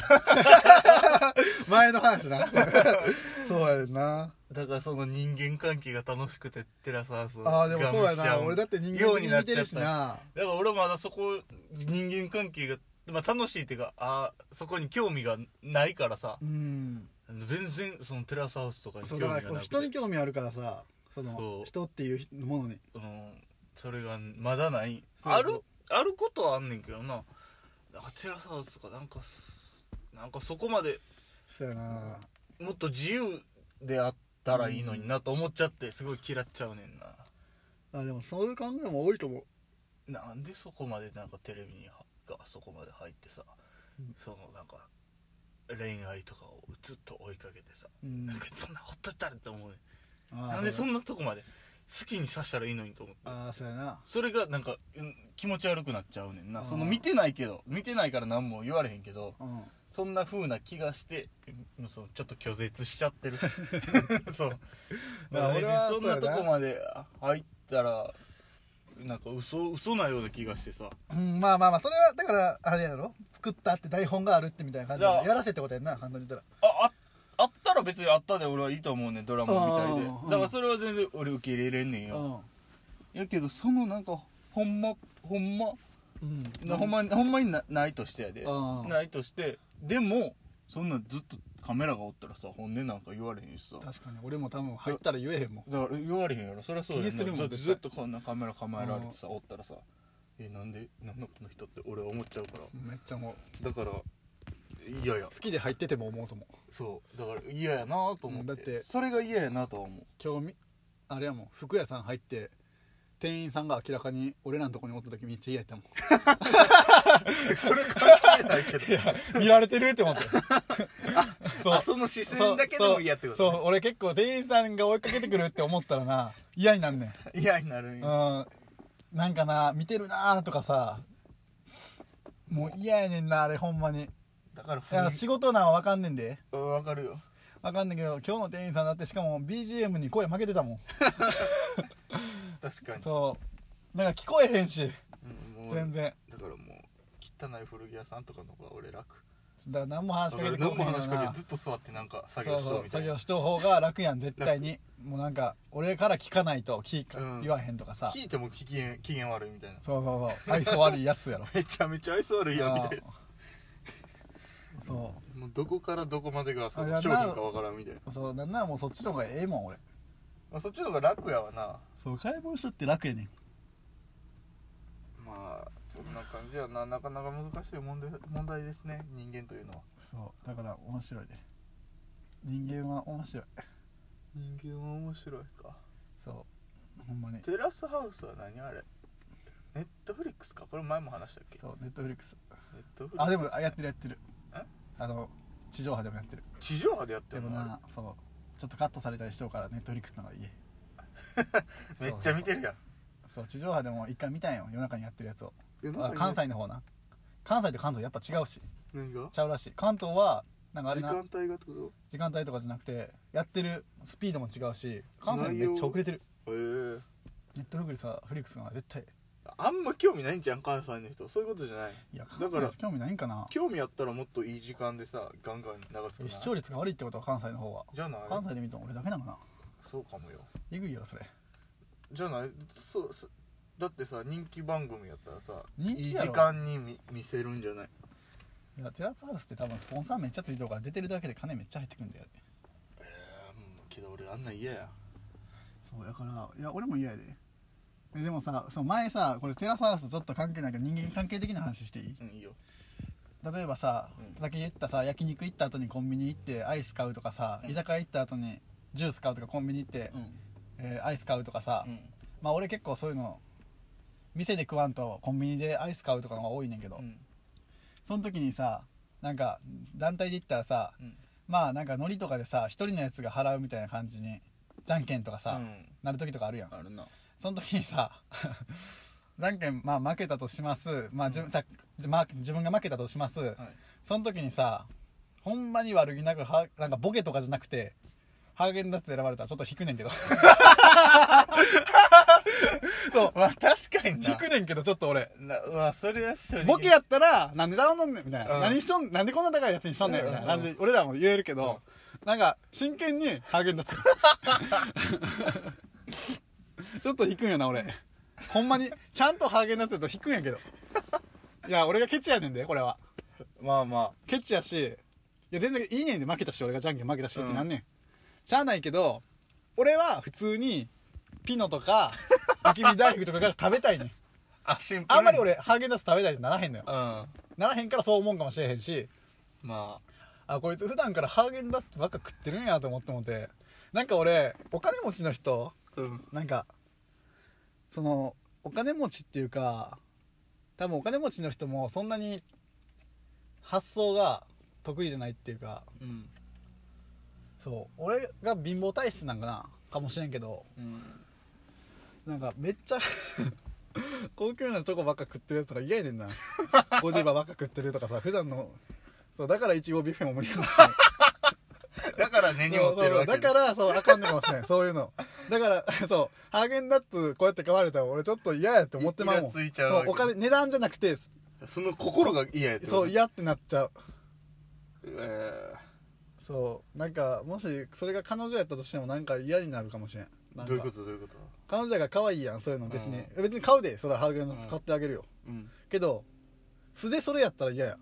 A: 前の話な そうやな
B: だからその人間関係が楽しくてテラスハウスを
A: ああでもそうや
B: ガムしちゃ
A: な俺だって人
B: よう
A: 間的
B: に
A: に
B: なっ
A: 見
B: ちゃ
A: て
B: った
A: るしな
B: だから俺まだそこ人間関係が、まあ、楽しいっていうかあーそこに興味がないからさ
A: うん
B: 全然そのテラスハウスとかに興
A: そう
B: 味が
A: だ
B: なく
A: からこう
B: て
A: 人に興味あるからさ
B: そ
A: その
B: う
A: 人っていうものに
B: うんそれがまだない
A: そうそう
B: あるあることはあんねんけどななんかテラスハウスとかなんかすなんかそこまで
A: そうやな
B: もっと自由であったらいいのになと思っちゃってすごい嫌っちゃうねんな
A: あでもそういう考えも多いと思う
B: なんでそこまでなんかテレビにはがそこまで入ってさ、
A: うん
B: そのなんか恋愛とかをずっと追いかけてさ、
A: うん
B: なんかそんなほっといたらって思うねん
A: あー
B: なんでそ
A: うん
B: なとこまで好きにさしたらいいのにと思って
A: ああそうやな
B: それがなんかうん気持ち悪くなっちゃうねん
A: あ
B: な
A: ー
B: その見てないけど見てないから何も言われへんけど
A: うん
B: そんな風な気がしてうんそのちょっと拒絶しちゃ ってるそう
A: まあ
B: 別に
A: 俺は
B: そんな
A: そう
B: と
A: やな
B: こまで入ったらなんか嘘嘘なような気がしてさ
A: うん、まあまあまあそれはだからあれやろ作ったって台本があるってみたいな感じで
B: だから
A: やらせってことやんな簡単に言っ
B: あああったら別にあったで俺はいいと思うねんドラマみたいで
A: あーうん
B: だからそれは全然俺受け入れれんねん
A: たら
B: よ、やけどそのなんかほんまほんま
A: うん
B: なほんまにほんまになないとしてやで
A: うん
B: ないとしてでもそんなんずっとカメラがおったらさ本音なんか言われへんしさだ
A: 確かに俺も多分入ったら言えへんもん
B: から言われへんやろそりゃそうや
A: 気にするもん
B: だって
A: 絶
B: ず
A: 対
B: っとこんなカメラ構えられてさおったらさえなんでなんだこの人って俺は思っちゃうから
A: めっちゃもう
B: だから嫌や
A: 好きで入ってても思うと思う
B: そうだから嫌やなと思って,、
A: うんだって
B: それが嫌やなとは思う
A: 今日みあれやもん服屋さん入って店員さんが明らかに俺らのとこにおった時めっちゃ嫌やったもん
B: それ関係ないけど
A: 見られてるって思ったそう
B: あその視線だけでも嫌ってこと、
A: そうそう俺結構店員さんが追いかけてくるって思ったらな嫌になんねん
B: 嫌になるんや
A: うん、なんかな見てるなーとかさもう嫌やねんなあれほんまにい
B: だから雰
A: や
B: 囲
A: 仕事なんは分かんねんで
B: 気うんわかるよ
A: 分かんねんけど今日の店員さんだってしかも BGM に声負けてたもん
B: 確かに、
A: そうなんか聞こえへんし
B: うんもう
A: 全然
B: だからもう汚い古着屋さんとかの方が俺楽
A: だから何も話し
B: だ
A: か
B: か
A: け
B: ら
A: てこ
B: 何
A: へんよ
B: も話
A: な
B: しかけずっと座ってなんか作業し
A: そう
B: そう
A: そう
B: みた
A: 作
B: いな
A: 業しとう方が楽やん絶対にもうなんか俺から聞かないと聞いか、
B: うん
A: 言わへんとかさ
B: 聞いても機嫌機嫌悪いみたいな
A: そうそうそう愛想悪いやつやろ
B: めちゃめちゃ愛想悪 いやんみたいな
A: うんそう
B: もうどこからどこまでがそ
A: あい
B: の
A: や
B: 商品かわからんみたいな
A: そうなんならもうそっちの方がええもん俺
B: まあ、そっちの方が楽やわな
A: そう買い物しって楽やねん
B: まあそんな感じやななかなか難しい問題問題ですね人間というのは
A: そうだから面白いね人間は面白い
B: 人間は面白いか
A: そうほんまに
B: テラスハウスは何あれネットフリックスかこれ前も話したっけ
A: そうネットフリックス
B: ネットフリックス
A: あでもあやってるやってる
B: え
A: あの地上波でもやってる
B: 地上波でやって
A: で
B: る
A: も
B: の
A: なそうちょっとカットされたりしとうからネットフリックスの方がいい
B: あれめっちゃ見て
A: る
B: るやん
A: そう地上波でも一回見たんよ夜中にやってるやつを
B: いや
A: あ
B: なんか
A: 関西の方な関西と関東やっぱ違うし
B: 何が
A: ちゃうらしい関東はなんかあれ
B: 時
A: な
B: 間帯がってこ
A: 時間帯とかじゃなくてやってるスピードも違うし関西めっちゃ遅れてる
B: とへえ
A: ネットフリックスはフリックスが絶対
B: あんま興味ないんじゃん関西の人そういうことじゃない
A: いや
B: だ
A: 関西
B: か
A: の
B: ら
A: 人興味ないんかな
B: 興味あったらもっといい時間でさガンガン流すか
A: え
B: ら
A: 視聴率が悪いってことは関西の方は
B: じゃない
A: 関西で見たの俺だけなのかな
B: そうかもよ
A: えぐいよそれ
B: じゃないそうそうだってさ人気番組やったらさ
A: 人気
B: いい
A: やろ
B: 時間に見見せるんじゃない
A: いやテラスハウスって多分スポンサーめっちゃついてるから出てるだけで金めっちゃ入ってくるんだよね
B: ええけど俺あんな嫌や
A: そうだからいや俺も嫌やでえでもさその前さこれテラスハウスとちょっと関係ないけど人間関係的な話していい
B: うんいいよ
A: 例えばさ、
B: うん
A: 先言ったさ焼肉行った後にコンビニ行ってアイス買うとかさ、
B: うん
A: 居酒屋行った後にジュース買うとかコンビニ行って、
B: ん
A: えーアイス買うとかさ、
B: うん
A: まあ俺結構そういうの店で食わんとコンビニでアイス買うとかの方が多いねんけど、
B: うん
A: その時にさなんか団体で行ったらさ
B: うん
A: まあなんか海苔とかでさ一人のやつが払うみたいな感じにじゃんけんとかさ、
B: うん
A: なる時とかあるやん
B: あるな
A: その時にさ じゃんけんまあ負けたとしますまあじゅ、じゃじゃまあ自分が負けたとします、
B: はい
A: その時にさほんまに悪気なくはなんかボケとかじゃなくてハーゲンダッツ選ばれたらちょっと引くねんけどそう
B: まあ確かに
A: 引
B: な
A: くねんけどちょっと俺
B: なまあそれは正直
A: ボケやったらなんで頼んねんみたいな、
B: うん
A: 何しとんなんでこんな高いやつにしとんねんみたいな感じで俺らも言えるけど、なんか真剣にハーゲンダッツちょっと引くんよな俺ほんまにちゃんとハーゲンダッツだと引くんやけどいや俺がケチやねんでこれは
B: まあま
A: ケチやし、いや全然いいねんで負けたし、俺がじゃんけん負けたしってなんねん。しゃあないけど、俺は普通に、ピノとか、あきび大福とかが食べたいねん。
B: ああシンプルに
A: あんまり俺、ハーゲンダッツ食べたいってならへんのよ
B: うん。ま
A: ならへんからそう思うんかもしれへんし、
B: あ
A: あ、こいつ普段からハーゲンダッツばっか食ってるんやと思ってもて、なんか俺、お金持ちの人、
B: うん
A: なんか、その、お金持ちっていうか、多分お金持ちの人もそんなに発想が得意じゃないっていうか、
B: うん
A: そう俺が貧乏体質なんかなかもしれんけど
B: うん
A: なんかめっちゃ 高級なチョコばっか食ってるやつとか嫌やねんなゴディバばっか食ってるとかさ普段のそうだからいちごビュッフェも無理かもしれない
B: だから根に持ってるわけ
A: そうだからそうあかんのかもしれ ないそういうのだからそうハーゲンダッツこうやって買われたら俺ちょっと嫌やって思ってまうもん
B: イラついちゃうわけ
A: そうお金値段じゃなくて
B: らその心が嫌やって
A: そう嫌ってなっちゃう
B: え
A: そうなんかもしそれが彼女やったとしてもなんか嫌になるかもしれん
B: え
A: なんか
B: どういうことどういうこと
A: 彼女が可愛いやんそういうの別に、別に買うでそれはハーゲンダッツ買ってあげるよ、
B: うん
A: けど素でそれやったら嫌や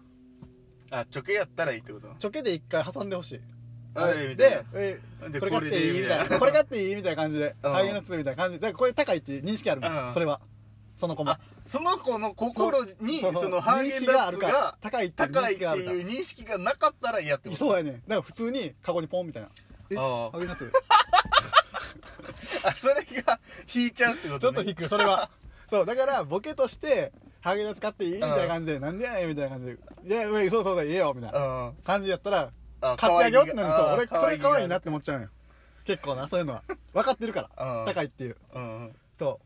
B: あチョケやったらいいってこと
A: チョケで一回挟んでほしい
B: はい
A: で
B: みたいな
A: え
B: で
A: これ買っていいみたいな これ買っていいみたいな感じで
B: うん
A: ハーゲンダッツみたいな感じでだからこれ高いっていう認識あるもん、
B: うん
A: それはその子も
B: あその子の心にそ
A: そうそう
B: のハーゲンダッツ
A: 認識
B: が
A: 高いっていう認
B: 高いっ
A: 識
B: て
A: があるから
B: いう認識がなかったら嫌ってこと
A: そうやねんだから普通にカゴにポンみたいなえ
B: あ
A: ハ
B: あ
A: ーゲンダッツ
B: あそれが引いちゃうってこ
A: ちょ
B: と、
A: っ
B: ね、
A: と引くそれはそうだからボケとしてハーゲンダッツ買っていいみたいな感じでなんでやねんみたいな感じでいやいやそうそうだ言えよみたいな
B: うん
A: 感じやったら
B: あ
A: 買ってあげようってなるそう
B: 可愛
A: 俺
B: いが
A: それ可愛いなって思っちゃうのよ結構なそういうのは分かってるから
B: うん
A: 高いっていう
B: うんうん
A: そ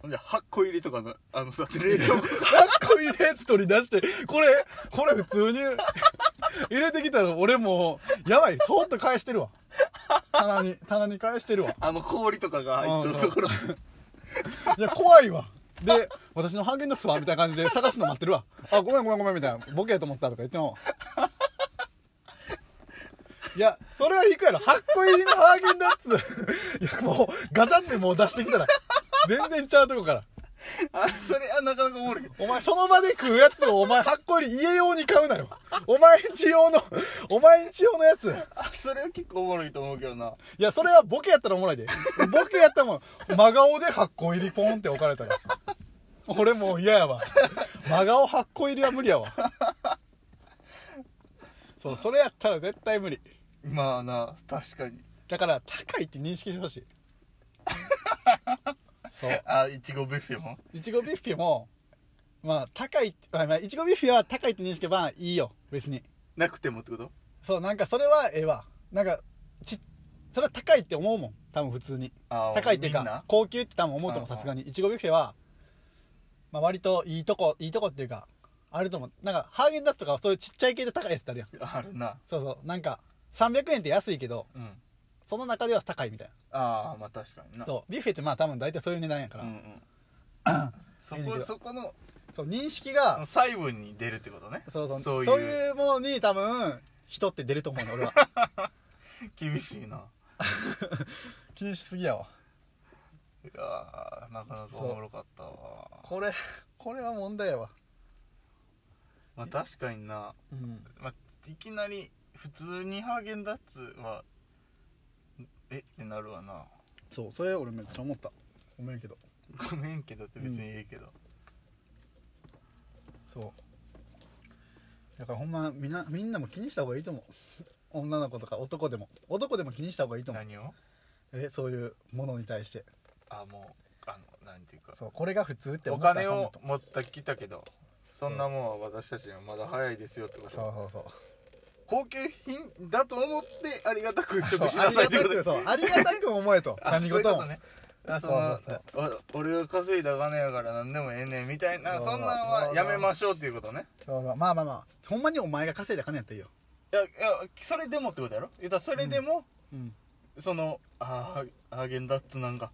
B: ほんじゃ8個入りとかのあのさ冷凍庫
A: う8個入れやつ取り出してこれこれ普通に入れてきたら俺もうやばいそーっと返してるわ棚に棚に返してるわ
B: あの氷とかが入ってるところ
A: いや怖いわで私のハーゲンダッツはみたいな感じで探すの待ってるわあごめんごめんごめんみたいなボケやと思ったとか言ってもいやそれは引くやろ8個入りのハーゲンダッツいやもうガチャってもう出してきたら全然ちゃうとこから
B: あそれはなかなかおもろいけど
A: お前その場で食うやつをお前8個入り家用に買うなよお前んち用のお前んち用のやつ
B: あそれは結構おもろいと思うけどない
A: やそれはボケやったらおもろいでボケやったらもう真顔で8個入りポンって置かれたら俺もう嫌やわ真顔8個入りは無理やわそうそれやったら絶対無理
B: まあな確かに
A: だから高いって認識してほしいそう
B: あいちごビュッフェも
A: いちごビュッフェもまあ高いってまあまあいちごビュッフェは高いって認識ばいいよ別に
B: なくてもってこと
A: そうなんかそれはええわなんかちそれは高いって思うもん多分普通に
B: あー
A: 高いっていう
B: みんな
A: か高級って多分思うと思う
B: うんうん
A: さすがにいちごビュッフェは、まあ、割といいとこいいとこっていうかあると思うなんかハーゲンダッツとかはそういうちっちゃい系で高いやつってあるやん
B: あるな
A: そうそうなんか300円って安いけど
B: うん
A: その中では高いみたい
B: ああまあ確かにな
A: なそうビュッフェってまあ多分大体そういう値段やから、
B: うんうん、 そ
A: いいんだけ
B: こ
A: ど
B: そこの
A: そう認識が、
B: 細部に出るってことね
A: そうそう
B: そ
A: そうう
B: いう
A: いうものに多分人って出ると思うの 俺は
B: 厳しいな
A: 気にしすぎやわ
B: いやーなかなかおもろかったわ、
A: これこれは問題やわ
B: まあ、確かにな、
A: うん
B: まあ、いきなり普通にハーゲンダッツはえってなるわな
A: そうそれ俺めっちゃ思ったごめんやけど
B: ごめんけどって別にええけど、
A: そうだからほんまみんなみんなも気にした方がいいと思う 女の子とか男でも男でも気にした方がいいと思う
B: 何を
A: えそういうものに対して
B: あもうあのなんていうか
A: そうこれが普通って
B: お
A: 思ったら
B: 金
A: あかんの
B: を
A: と
B: 持ってきたけどそんなもんは私たちにはまだ早いですよってこと
A: そうそうそう
B: 高級品だと思ってありがたく食し
A: そうあ
B: なさ
A: り
B: い
A: が
B: って
A: た
B: こと
A: くそうありがたく思え と
B: あ
A: 何
B: そういう
A: 事
B: こと
A: も
B: ねあその
A: そう
B: お俺が稼いだ金やから何でもええねんみたいな
A: そう
B: そんなんはやめましょうっていうことね
A: そうそうまあまあまあほんまにお前が稼いだ金やったらいいよ
B: いやいやそれでもってことやろ言うたらそれでも、
A: うん
B: そのあーハーゲンダッツなんか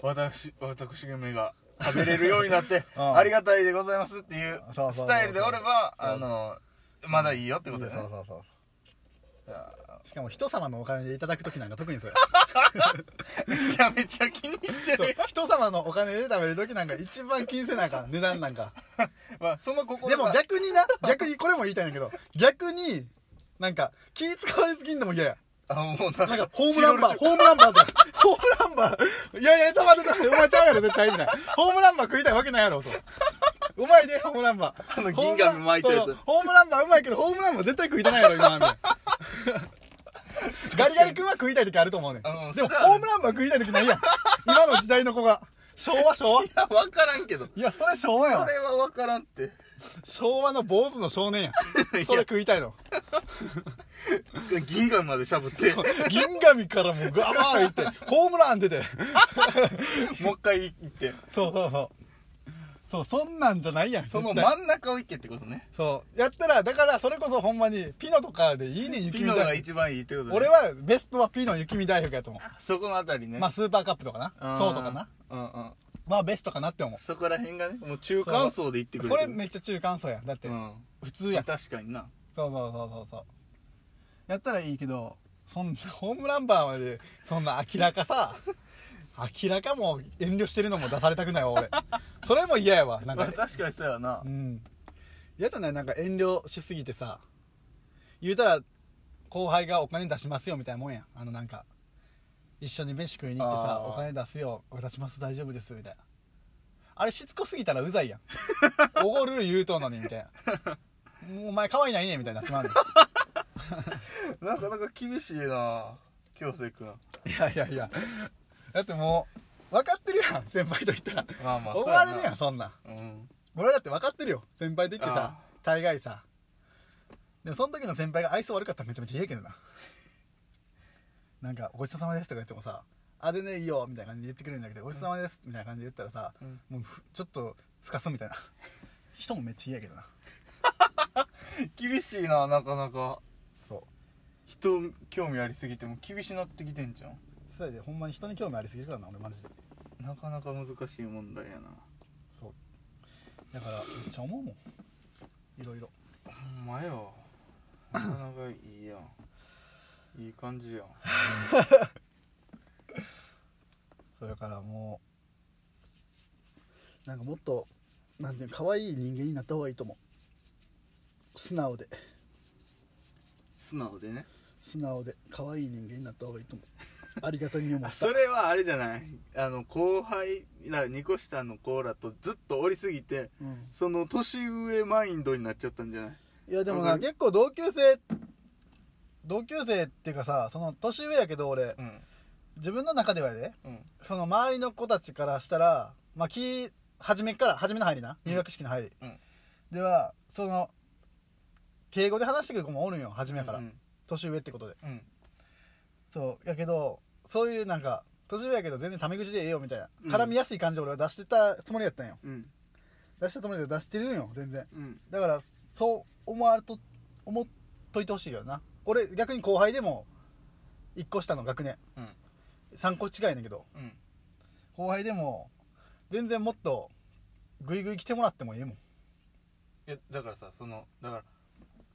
B: 私私めが食べれるようになって
A: うん
B: ありがたいでございますっていう
A: そうそうそうそう
B: スタイルでおれば
A: そう
B: あのまだいいよってこと
A: いい
B: だ
A: よそ
B: よ
A: う
B: ね
A: そうそう
B: いや
A: しかも人様のお金でいただく時なんか特に それ
B: めちゃめちゃ気にして
A: そう
B: るや
A: 人様のお金で食べる時なんか一番気にせなあかん値段なんか
B: ん まあその心
A: でも
B: が
A: 逆にな逆にこれも言いたいんだけど逆になんか気使われすぎんのも嫌や
B: あもうな
A: なんかホームランバーホームランバーとかホームランバーいやいやちょっと待ってちょっと待ってお前ちゃうやろ絶対意味ないホームランバー食いたいわけないやろとうまいでホームランバー
B: あの銀紙巻いたやつ
A: ホームランそうホームランバーうまいけどホームランバー絶対食いたないやろ今ま でガリガリ君は食いたい時あると思うねん
B: うん
A: で
B: それ
A: も
B: はある
A: ホームランバー食いたい時ないやん今の時代の子が昭和昭和い
B: 分からんけど
A: やそれ昭和や
B: そ
A: ん
B: れは分からんって
A: 昭和の坊主の少年やん それ食いたいの
B: 銀河までしゃぶっても
A: 銀紙からもうガバーンいってホームラン出て
B: う一回行って
A: そうそうそうそうそんなんじゃないやん
B: その
A: 絶対
B: 真ん中を行けってことね
A: そうやったらだからそれこそほんまにピノとかでいいねん雪
B: ピ
A: 見
B: ノが
A: 大福
B: 一番いいってことね
A: 俺はベストはピノ雪見大福やと思う
B: そこのあたりね
A: まあスーパーカップとか
B: ん
A: なそうとかな
B: うんうん
A: はベストかなって思う
B: そこら辺がねもう中間層で行ってくれ
A: こ
B: る
A: れめっちゃ中間層やんだって
B: うん
A: 普通やん
B: 確かにな
A: そうそうそうそうそうやったらいいけどそんなホームランバーまでそんな明らかさ 明らかもう遠慮してるのも出されたくな いわ俺それも嫌やわなん
B: まあ
A: か
B: 確かにそうやな
A: うん嫌じゃないなんか遠慮しすぎてさ言うたら後輩がお金出しますよみたいなもんやんあのなんか一緒に飯食いに行ってさ
B: あー
A: お金出すよ出します大丈夫ですみたいなあれしつこすぎたらうざ いやんおごる言うとんのにみたいなもうお前可愛いないねみたいになってまうねん
B: なかなか厳しいな京成君
A: いやいやいやだってもう分かってるやん先輩と言ったら
B: まあまあ
A: 思われ
B: そう
A: る
B: や
A: や
B: なん
A: そんなん
B: うん
A: 俺だって分かってるよ先輩と言ってさ
B: あ
A: 大概さでもその時の先輩が愛想悪かったらめちゃめちゃ嫌やけどななんか「ごちそうさまです」とか言ってもさ「あでねいいよ」みたいな感じで言ってくれるんだけど「ごちそうさまです」みたいな感じで言ったらさ、
B: うん
A: もうふちょっとすかすみたいな人もめっちゃ嫌やけどな
B: 厳しいななかなか
A: そう
B: 人興味ありすぎても厳しなってきてんじゃん
A: それでほんまに人に興味ありすぎるからな俺マジで
B: なかなか難しい問題やな
A: そうだからめっちゃ思うもんいろいろ
B: ほんまよなかなかいいやんいい感じやん
A: それからもうなんかもっとなんていうの可愛い人間になった方がいいと思う素直で
B: 素直でね
A: 素直で可愛い人間になった方がいいと思うありがたみを持
B: あ
A: った
B: それはあれじゃないあの後輩ら2個下の子らとずっとおりすぎて
A: うん、
B: その年上マインドになっちゃったんじゃない
A: いやでも
B: わか
A: な
B: る
A: 結構同級生同級生っていうかさその年上やけど俺
B: うん
A: 自分の中ではやで
B: うん
A: その周りの子たちからしたらまあき初めから初めの入りな入学式の入り、
B: うん
A: ではその敬語で話してくる子もおるんよ初めやから、
B: うん
A: 年上ってことで
B: うん
A: そうやけどそういうなんか年上やけど全然タメ口でええよみたいな、
B: うん
A: 絡みやすい感じを俺は出してたつもりやったんよ
B: うん
A: 出したつもりで出してるんよ全然
B: うん
A: だからそう思われと思っといてほしいよな俺逆に後輩でも1個下の学年
B: うん
A: 3個違いねんけど
B: うん
A: 後輩でも全然もっとグイグイ来てもらってもいいもん
B: いやだからさそのだから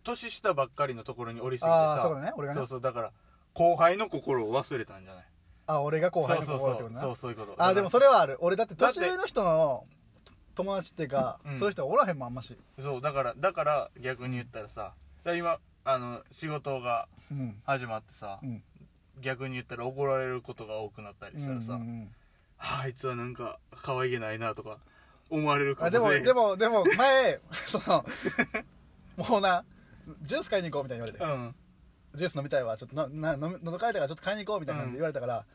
B: 年下ばっかりのところに降りすぎて
A: あ
B: さ
A: あそうだね俺がね
B: そうそうだから後輩の心を忘れたんじゃない
A: あ俺が後輩の心って
B: そうそう
A: こと
B: そうそ
A: な
B: うそういうこと
A: あでもそ
B: れ
A: れはある俺だって
B: だって
A: 年上の人の友達っていうか、
B: うん
A: そういう人はおらへんもんあんまし
B: そうだからだから逆に言ったらさだから今あの仕事が
A: うん
B: 始まってさ、
A: うん
B: 逆に言ったら怒られることが多くなったりしたらさ、
A: うんうんうん
B: ああいつはなんか可愛げないなとか思われるか
A: あでも
B: しれん
A: でもでも前 そのもうなジュース買いに行こうみたいに言われて
B: うん
A: ジュース飲みたいわちょっとなな飲み喉乾いたからちょっと買いに行こうみたいな感じで言われたから、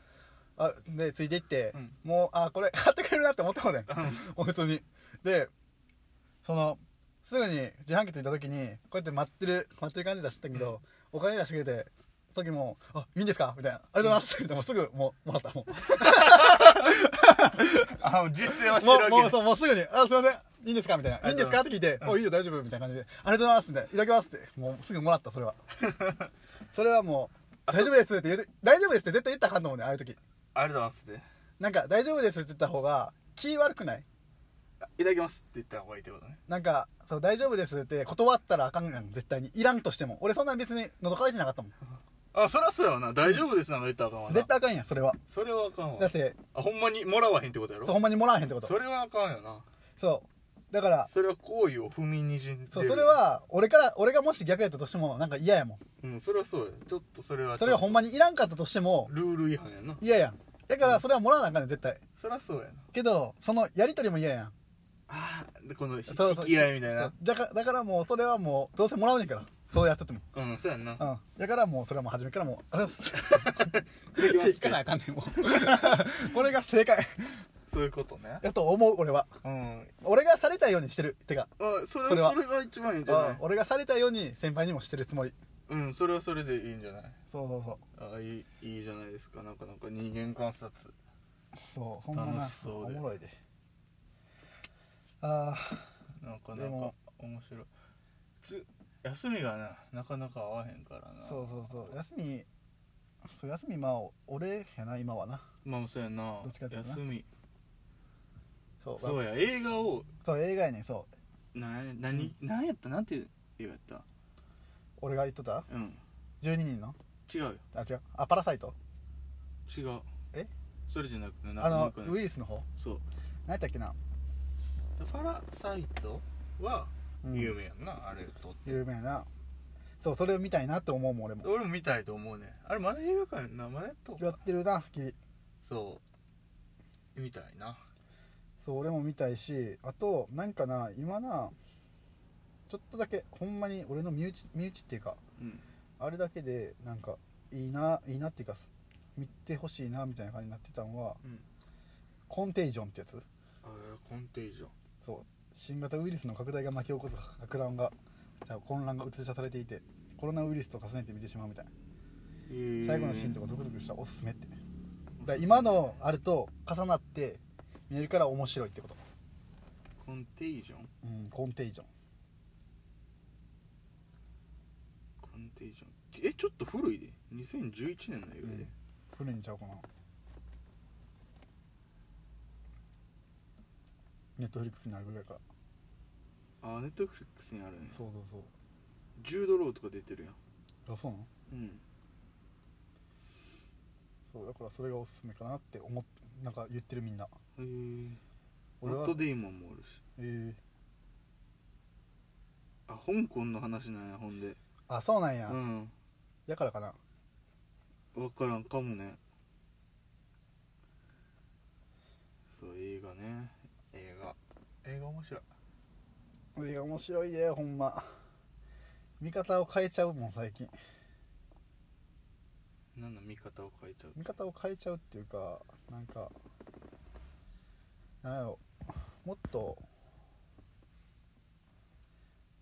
A: あでついて行って、
B: うん
A: もうあこれ買ってくれるなって思 ったもんねもう普通にでそのすぐに自販機着いた時にこうやって待ってる待ってる感じ出してたけど、お金出してくれて時も「あいいんですか?」みたいな「ありがとうございます」みたいなもうすぐもうもらったもう
B: あの実践はして
A: も
B: るわ
A: う
B: け
A: もう
B: ね
A: そうもうすぐに「あすいませんいいんですか?」みたいな「
B: あ
A: いいん
B: り
A: で
B: が
A: す
B: とうご
A: か?」
B: ざいます
A: って聞いて「おいいよ大丈夫」みたいな感じで「ありがとうございます」みたいな「いただきます」ってもうすぐもらった それはそれはもう「大丈夫です」って言うて「大丈夫です」って絶対言ったらあかんと思うねああいう時
B: ありがとうございますって
A: なんか「大丈夫です」って言った方が気悪くない
B: あいただきますって言った方がいいってことね
A: なんか「そう大丈夫です」って断ったらあかんやん絶対にいらんとしても俺そんな別に喉乾いてなかったもん
B: あそりゃそうやわな大丈夫ですなんか言ったらあかんわな
A: 絶対あかんやんそれは
B: それはあかん
A: だ
B: わ
A: って
B: あほんまにもらわへんってことやろ
A: そうほんまにもらわへんってこと
B: それはあかんよな
A: そうだから
B: それは行為を踏みにじんでる
A: そうそれは俺から俺がもし逆やったとしてもなんか嫌やもん
B: うんそれはそうやちょっとそれは
A: それがほんまにいらんかったとしても
B: ルール違反やな
A: 嫌やんだからそれはもらわなあかんねん絶対
B: そりゃそうやな
A: けどそのやり取りも嫌やん
B: あーでこのひ
A: そうそう
B: 引き合いみたい
A: そ
B: な
A: うだからだからもうそれはもうどうせもらわねえからそうやっとっても
B: うんそうやんな
A: うんだからもうそれはもう初めからもうあれす
B: できます
A: 行かなあかんねんもう これが正解
B: そういうことね
A: やと思う俺は
B: うん
A: 俺がされたようにしてるてか
B: あそれ
A: それは
B: それが一番いいんじゃない
A: 俺がされたように先輩にもしてるつもり
B: うんそれはそれでいいんじゃない
A: そうそうそう
B: あいいいいじゃないですかなんかなんか人間観察
A: そうほんまな
B: 楽しそうで
A: おもろいであ
B: なんか
A: で
B: なんか
A: も
B: 面白いつ休みがななかなか合わへんから
A: あ
B: な
A: そうそうそう休みそう休みまあ俺やな今はな
B: まあそうやな
A: どっちかっていうとな
B: 休み
A: そうそ
B: そううや映画を
A: 映画やねんそう
B: な何何やったなんていう映画やった
A: 俺が言っとった
B: うん
A: 12人の
B: 違うよ
A: あ違うあパラサイト
B: 違う
A: え
B: それじゃなくてな
A: あの
B: んか
A: ウイルスの方
B: そう
A: 何やったっけな、
B: でパラサイトは
A: うん
B: 有名やんな、あれと
A: 有名なそうそれを見たいなって思うもん俺も
B: 俺も見たいと思うねあれまだ映画館やんなまだやっとうか
A: やってるな君
B: そう見たいな
A: そう俺も見たいしあと何かな今なちょっとだけほんまに俺の身内身内っていうか
B: うん
A: あれだけでなんかいいないいなっていうかす見てほしいなみたいな感じになってたのは
B: うん
A: コンテージョンってやつ
B: あれコンテージョン
A: そう新型ウイルスの拡大が巻き起こす博覧がじゃあ混乱が映し出されていてコロナウイルスと重ねて見てしまうみたいな最後のシーンとかゾクゾクしたおすすめってだから今のあれと重なって見えるから面白いってこと
B: コンテージョン
A: うんコンテージョン
B: コンテージョンえちょっと古いで2011年の映画で、
A: 古いんちゃうかなネットフリックスになるぐらいから
B: あネットフリックスにあるね
A: そうそうそう
B: ジュード・ローとか出てるやん
A: あそうなの
B: うん
A: そうだからそれがおすすめかなって思っなんか言ってるみんな
B: へえ
A: 俺
B: ロッ
A: は
B: ト・デイモンもおるし
A: えー、
B: あ香港の話なんやほんで
A: あそうなんや、
B: うん
A: だからかな
B: 分からんかもねそう映画ね映画映画面白い
A: いや面白いでほんま見方を変えちゃうもん最近
B: なんだ見方を変えちゃう
A: 見方を変えちゃうっていうかなんかなんやろもっと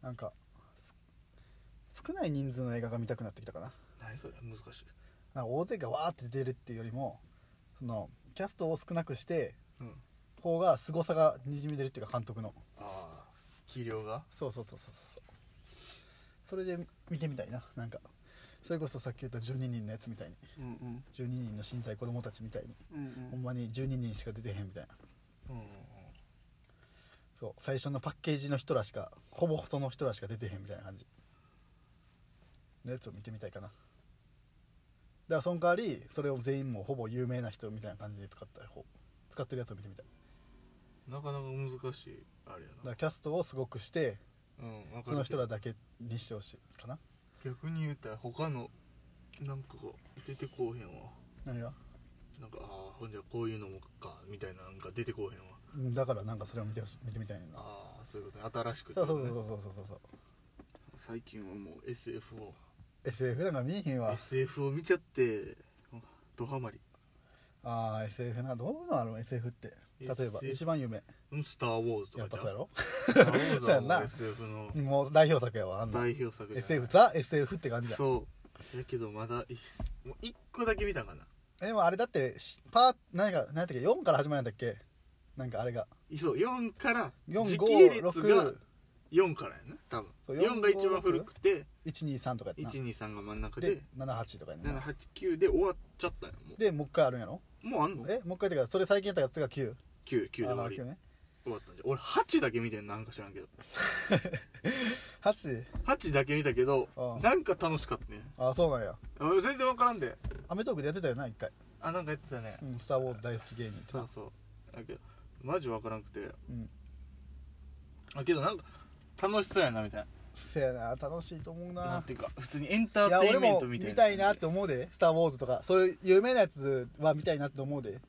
A: なんかす少ない人数の映画が見たくなってきたかな
B: 何それ難しい
A: なんか大勢がわーって出るっていうよりもそのキャストを少なくして
B: うん
A: 方が凄さがにじみ出るっていうか監督の
B: ああ肥料が
A: そうそうそうそうそうそれで見てみたいななんかそれこそさっき言った12人のやつみたいに
B: うんうん
A: 12人の身体子供たちみたいに
B: うん
A: ほんまに12人しか出てへんみたいな
B: うん
A: そう最初のパッケージの人らしかほぼその人らしか出てへんみたいな感じのやつを見てみたいかなだからその代わりそれを全員もうほぼ有名な人みたいな感じで使った方使ってるやつを見てみたい
B: なかなか難しいあれや
A: だか
B: な
A: らキャストをすごくして
B: うんわか
A: その
B: る
A: 人らだけにしてほしいかな
B: 逆に言うたら他のなんかこう出てこうへんわ
A: 何が
B: なんかああほんじゃこういうのもかみたいななんか出てこうへんわ
A: うんだからなんかそれを見てほし見てみたいねんな
B: ああそういうことね新しく
A: そうそうそう
B: う
A: そうそうそうそう
B: 最近はもう SF を
A: SF なんか見えへんわ
B: SF を見ちゃってドハマり
A: ああ SF などういうのあるの SF って例えば
B: SF
A: 一番有名
B: うんスター・ウォーズと
A: や
B: か
A: っぱ
B: じゃ
A: そうや
B: ん
A: ろ
B: スター・ウォーズ
A: そうや
B: は
A: ん
B: も
A: な
B: う SF の
A: もう代表作やわあんな
B: 代表作じゃない
A: SF ザ SF って感じや
B: そうやけどまだいもう一個だけ見たかな
A: えでもあれだってしパー何か何やったっけ4から始まるんだっけなんかあれが
B: そう4から時系列が
A: 456123
B: 4からやな多
A: そう
B: 分4が一番古くて
A: とかやったな
B: 123が真ん中
A: で
B: で
A: 78とかやねんな
B: 789で終わっちゃったよも
A: でもう一回あるんやろ
B: うもうあんの
A: えもう一回ってかそれ最近やったやつが9
B: 9, 9で終わり
A: 九ね
B: 終わったんじゃん俺8だけ見てんなんか知らんけど
A: 8
B: 8だけ見たけど
A: ああ
B: なんか楽しかったね
A: あそうなんや
B: あ全然わからんで
A: アメトークでやってたよな一回
B: あなんかやってたね
A: うん「スター・ウォーズ大好き芸人」って
B: そう
A: な
B: そうだけどマジわからんくて
A: うん
B: あけどなんか楽しそうやなみたい
A: せやな楽しいと思う
B: ななん
A: な
B: ていうか普通にエンタ
A: いや
B: ーテイ
A: 俺
B: ンメン
A: も
B: トみ
A: 見
B: たいな
A: たいなって思うで「スター・ウォーズ」とかそういう有名なやつは見たいなって思うで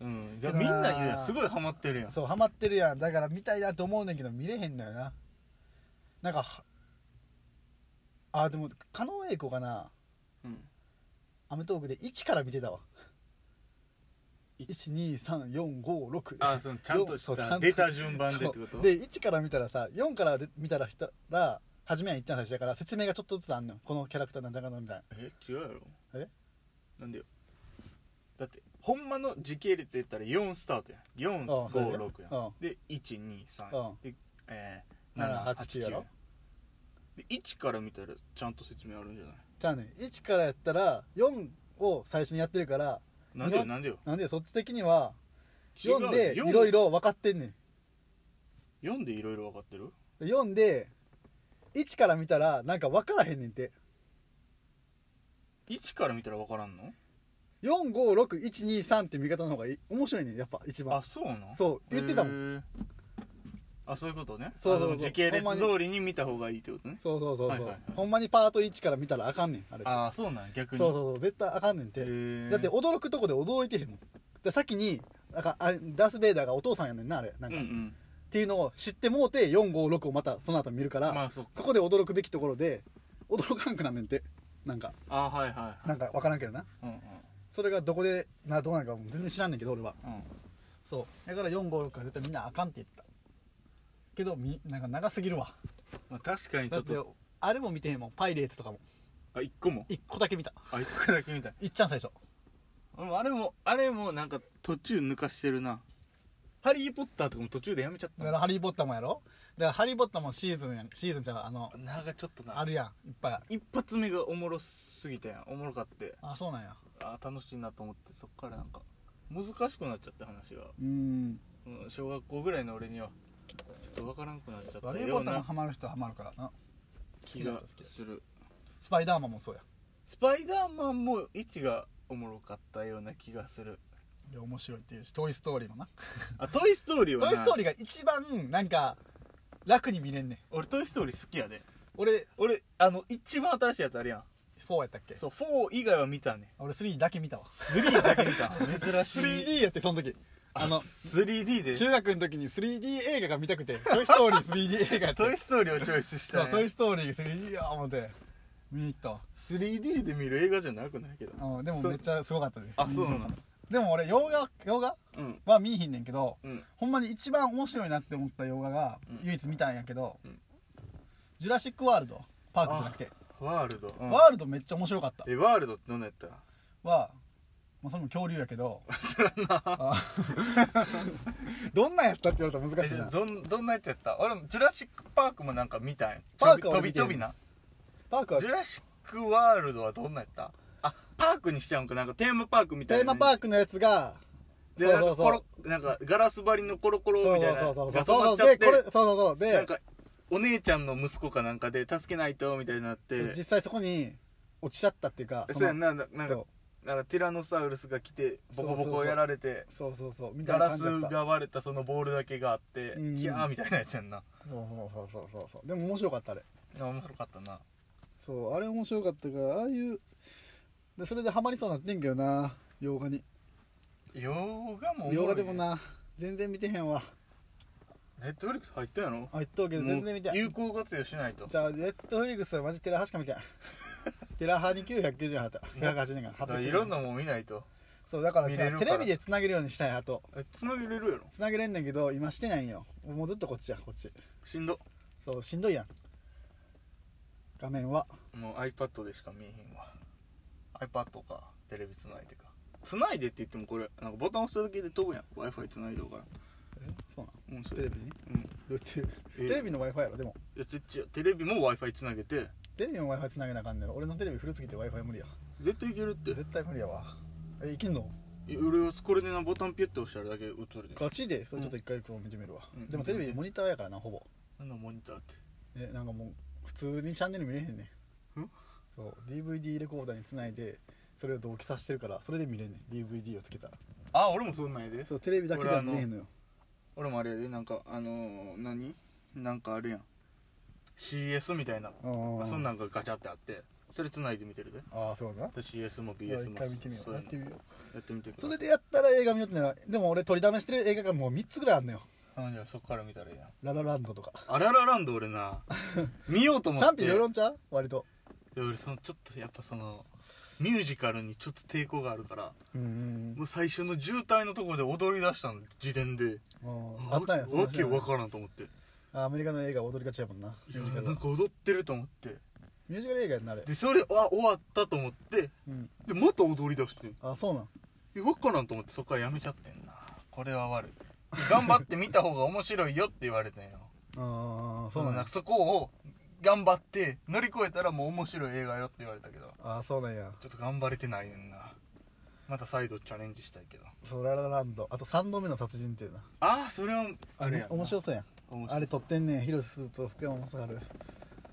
B: うんじゃあみんな言うやんすごいハマってるやん
A: そうハマってるやんだから見たいなと思うねんけど見れへんのよななんかはあでも狩野英孝がな
B: うん
A: 『アメトーーク』で1から見てたわ
B: い
A: 123456
B: あそのちゃんとした出た順番でってこと
A: で1から見たらさ4からで見たらしたら初めは一旦最初だから説明がちょっとずつあんのよこのキャラクターなんだかのみたいな
B: え違うやろ
A: え
B: なんでよだってほんまの時系列で言ったら4スタートやん
A: ああそうやね
B: 456や
A: う
B: ん
A: ん
B: で123
A: うん
B: でえ
A: 7 8 9やろ
B: で1から見たらちゃんと説明あるんじゃない
A: じゃあね1からやったら4を最初にやってるから
B: なんでよ
A: いろ
B: なんでよ
A: なんでそっち的には
B: 違う
A: 4でい
B: よん
A: ろいろ分かってんねん
B: 4でいろいろ分かってる
A: 読んで1から見たらなんか分からへんねんて
B: 1から見たら分からんの
A: 456123って見方の方がいい面白いねんやっぱ一番
B: あそうなん
A: そう言ってたもん
B: んあそういうことね
A: そうそうそう
B: あでも時系列
A: ほんまに
B: 通りに見た方がいいってことね
A: そうそうそ
B: は
A: うそう、
B: いはいはい
A: ほんまにパート1から見たらあかんねんあれ
B: ああそうなん逆に
A: そうそうそう絶対あかんねんて、
B: へえ
A: だって驚くとこで驚いてへんもんで先になんかあれダース・ベイダーがお父さんやねんなあれなん
B: うん
A: か、
B: う
A: っ
B: ん
A: ていうのを知ってもうて456をまたその後見るから、
B: まあそっか
A: そこで驚くべきところで驚かんくなんねんてなんか
B: あはいは
A: なんか分からんけどない
B: うん
A: それがどこでなどうなんかもう全然知らんねんけど俺は
B: うんうん
A: そうだから456は絶対みんなあかんって言ったけどみなんか長すぎるわ
B: まあ、確かにち
A: だ
B: ょ
A: っ
B: ってと
A: あれも見てへんもんパイレーツとかも
B: あ一個も
A: 1個だけ見た
B: あ一個だけみたい
A: いっちゃん最初
B: 俺もあれもあれもなんか途中抜かしてるな「ハリー・ポッター」とかも途中でやめちゃった
A: だから「ハリー・ポッター」もやろだから「ハリー・ポッター」もシーズンやんシーズンじゃうあの
B: なんかちょっとな
A: あるやんいっぱい
B: 一発目がおもろすぎたやんおもろかって
A: あそうなんや
B: あー楽しいなと思ってそっからなんか難しくなっちゃって話が、
A: うん
B: うん、小学校ぐらいの俺にはちょっと分からんくなっちゃっ
A: ハ
B: た
A: リー・ポ
B: よう
A: ッターも
B: な
A: ハマる人はハマるからな好き
B: 気
A: な人は
B: が
A: 好きだし
B: する
A: スパイダーマンもそうや
B: スパイダーマンも位置がおもろかったような気がする
A: いや面白いっていうし「トイ・ストーリー」もな
B: あトイ・ストーリー
A: 「
B: は
A: ト
B: な
A: イ・ストーリー」が一番なんか楽に見れんねん
B: 俺トイ・ストーリー好きやで
A: 俺
B: 俺あの一番新しいやつあるやん
A: 4やったっけ
B: そう4以外は見たね
A: 俺3だけ見たわ
B: 3だけ見た珍しい
A: 3D やってその時
B: あ
A: あ
B: の
A: の
B: 3D で
A: 中学の時に 3D 映画が見たくて「トイ・ストーリー」3D 映画やっ
B: トイ・
A: て
B: ストーリーをチョイスし
A: そ
B: た
A: うト
B: ね
A: イ・ストーリー 3D や思って見に行ったわ
B: 3D で見る映画じゃなくないけど
A: うん、でも
B: そう
A: めっちゃすごかったで
B: あそうなの
A: でも俺洋画洋画
B: うん
A: は見いひんねんけど
B: うん
A: ほんまに一番面白いなって思った洋画が
B: うん
A: 唯一見たんやけど、
B: うん
A: ジュラシック・ワールドパークじゃなくて、
B: ワールド、うん
A: ワールドめっちゃ面白かった
B: えワールドってどんなやった
A: は、まあ、それも恐竜や けど
B: 知らんな
A: あ どんなんやったって言われたら難
B: え
A: しいな
B: どんどんなやつやった俺もジュラシック・パークもなんか見たんや
A: パークは
B: 飛
A: 俺
B: び
A: 見てん
B: 飛び飛びな
A: パークは
B: ジュラシック・ワールドはどんなやったあパークにしちゃうんかなんかテーマパークみ
A: テ
B: たい
A: ー
B: な
A: マパークのやつが
B: で
A: そうそうそう
B: なんかコロなんかガラス張りのコロコロ
A: そう
B: みたいな
A: そうそうそう
B: が
A: そう
B: 染ま
A: そ
B: っ
A: う
B: ちゃっ
A: で
B: て
A: これそうそうそう
B: なん
A: で
B: かお姉ちゃんの息子かなんかで助けないとみたいになって
A: 実際そこに落ちちゃったっていうか
B: そうやん
A: の
B: ななんかなん
A: そ
B: かティラノサウルスが来てボコボコやられて
A: うそうそうそうみ
B: ガ
A: たいな
B: ラ
A: 感
B: ス
A: じだった
B: が割れたそのボールだけがあって
A: うん
B: キャーみたいなやつやんな
A: そうそうそうそうそうでも面白かったあれ
B: あ面白かったな
A: そうあれ面白かったからああいうでそれでハマりそうになってんけどな洋画に
B: 洋画もおもろいね
A: 洋画でもな全然見てへんわ
B: ネットフリックス入ったやろ
A: あ言っとうけど全然見て
B: もう
A: へん
B: 有効活用しないと
A: じゃあネットフリックスはマジテラハしか見てないテラハに990円払った180円か
B: だかららいろんなもん見ないと
A: そうだから
B: 見
A: さ
B: れるか
A: テ
B: ら
A: レビでつなげるようにしたいあと
B: えつなげれるやろ
A: つなげれんねんけど今してないんよもうずっとこっちやこっち
B: しんど
A: そうしんどいやん画面は
B: もう iPad でしか見えへんわ iPad かテレビつないでかつないでって言ってもこれなんかボタン押しただけで飛ぶやん w i f i つないでおから
A: そうなの
B: うんそ
A: テレ
B: れ
A: ビにど
B: うん
A: うやって
B: え
A: テレビの w i f i やろでも
B: いやちっちゃいテレビも w i f i つなげて
A: テレビの w i f i つなげなあかんねん俺のテレビ古すぎて w i f i 無理や
B: 絶対いけるって
A: 絶対無理やわえいけんの
B: い俺はこれでなボタンピュッて押したらだけ映るで
A: ガチでそれちょっと一回こう見てみるわ、
B: うん
A: でもテレビモニターやからなほぼ
B: なんだモニターって
A: えなんかもう普通にチャンネル見れへんね
B: ん
A: そう DVD レコーダーにつないでそれを同期させてるからそれで見れんねん DVD をつけたら
B: あ俺もそんなんやで
A: そうテレビだけでは見れへんのよ
B: 俺もあれやでなんかあのー、何なんかあるやん CS みたいな
A: あー
B: あそんなんがガチャってあってそれつないで見てるで
A: ああそうだ
B: で CS も
A: 一
B: BS も
A: 回見てみよ
B: そうう
A: や
B: や
A: ってみよう
B: やってみてくだ
A: そ
B: さい
A: れでやったら映画見ようってならでも俺取りだめしてる映画がもう3つぐらいあんのよ
B: あじゃあそっから見たらいいやん
A: ララランドとか
B: あららランド俺な 見ようと思って
A: 賛否両論ちゃう割と
B: いや俺そのちょっとやっぱそのミュージカルにちょっと抵抗があるから
A: うん
B: もう最初の渋滞のところで踊り出したの時点で
A: あったんや
B: わ
A: そんな
B: わ
A: 知ら
B: け
A: ない
B: わからんと思って
A: アメリカの映画踊りがちやもんないミ
B: や
A: ュージカル
B: なん
A: は
B: か踊ってると思って
A: ミュージカル映画やんなあれ
B: でそれは終わったと思って
A: うん
B: でまた踊り出して
A: あそうなん
B: いやわからんと思ってそっからやめちゃってんなこれは悪い頑張って見た方が面白いよって言われたんよ
A: ああそうなん
B: な
A: や
B: んかそこを頑張って乗り越えたらもう面白い映画よって言われたけど
A: ああそうなんや
B: ちょっと頑張れてないねんなまた再度チャレンジしたいけど
A: そうララランドあと3度目の殺人っていうな
B: ああそれはあれやんな
A: 面白そうやん
B: 面白
A: あれ撮ってんねん広瀬すずと福山雅治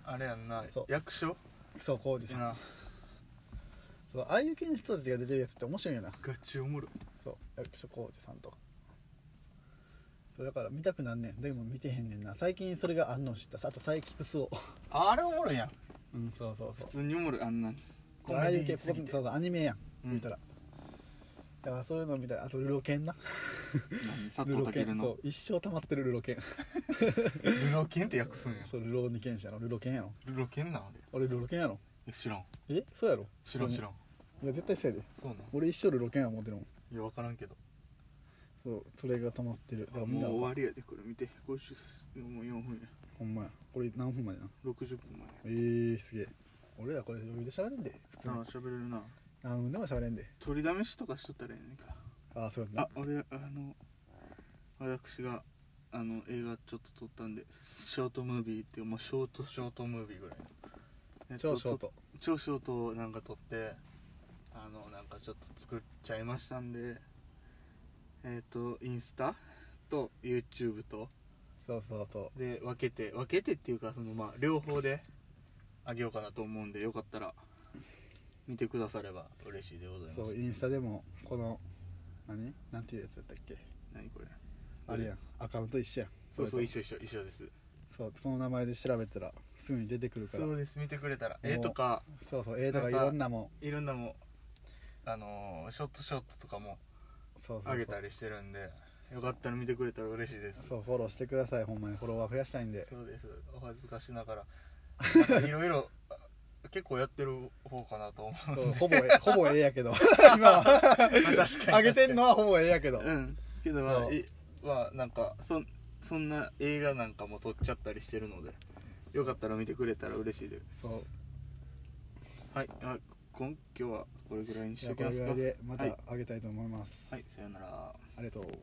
B: あれやんな
A: そう
B: 役所
A: 木曽浩二
B: い
A: さ
B: や
A: ん
B: な
A: そうああいう系の人たちが出てるやつって面白いよな
B: ガチおもろい
A: そう役所広司さんとかそうだから見たくなんねんでも見てへんねんな最近それがあんの知ったあと佐伯 クソ
B: ああれおもろいやん
A: うんそうそうそ
B: 普通におもろいあんな
A: うああいう系
B: すぎて
A: そうそうアニメやん、
B: うん
A: 見たらだからそういうの見たらあとルロケンな
B: 何佐
A: ル
B: 藤
A: ロケ
B: 健
A: ンそ
B: の
A: う一生溜まってるルロケン
B: ルロケンって訳すんや
A: そうルロ二剣士やろルロケンやろ
B: ルロケンなんあれ
A: 俺ルロケンやろ
B: え知らん
A: えそうやろ
B: 知らん
A: 普通に
B: 知らん
A: いや絶対そうやで
B: そうなん
A: 俺一生ルロケンや思ってるもん
B: いや分からんけど
A: そうそれが溜まってるだからみん
B: も
A: な
B: う終わりやでこれ見て50もう4分や
A: ほんまやこれ何分までな
B: 60分前
A: えー、すげえ俺らこれ余裕で喋れんで普通に
B: ああ喋れるな
A: 何分でも喋れんで
B: 取りだめしとかしとったらええねんか
A: ああそうやんな
B: あ俺あの私があの映画ちょっと撮ったんでショートムービーっていうまあショートショートムービーぐらいのね
A: 超ショート
B: 超ショートをなんか撮ってあのなんかちょっと作っちゃいましたんでえっ、とインスタと YouTube と
A: そうそうそ
B: で分けて分けてっていうかそのまあ両方であげようかなと思うんでよかったら見てくだされば嬉しいでございます
A: うそうインスタでもこの何なんていうやつやったっけ
B: 何これ
A: あれやんアカウント一緒やん
B: そうそう
A: れ
B: 一緒一緒一緒です
A: とそうこの名前で調べたらすぐに出てくるから
B: そうです見てくれたら
A: う
B: 絵とか
A: そうそう絵とか
B: なん
A: い
B: か
A: ろんなも
B: いろんなもあのーショットショットとかも
A: んそうそう
B: 上げ
A: そ
B: た
A: う
B: りしてるんでよかったら見てくれたら嬉しいです
A: そうフォローしてくださいほんまにフォロワー増やしたいんで
B: そうですお恥ずかしながらなんかいろいろ 結構やってる方かなと 思う
A: そうほぼええほぼええや けど今は
B: 確かに
A: あげてんのはほぼええやけど、
B: うんけどま
A: そ
B: あ
A: う
B: えまあなんかそんそんな映画なんかも撮っちゃったりしてるのでよかったら見てくれたら嬉しいです
A: そう
B: はいあ今今日はこれぐらいにし
A: じゃ
B: と
A: あこ
B: き
A: れ
B: ます
A: ぐ
B: から
A: いでま
B: はい
A: たあげたいと思います、
B: はい、さよなら
A: ありがとう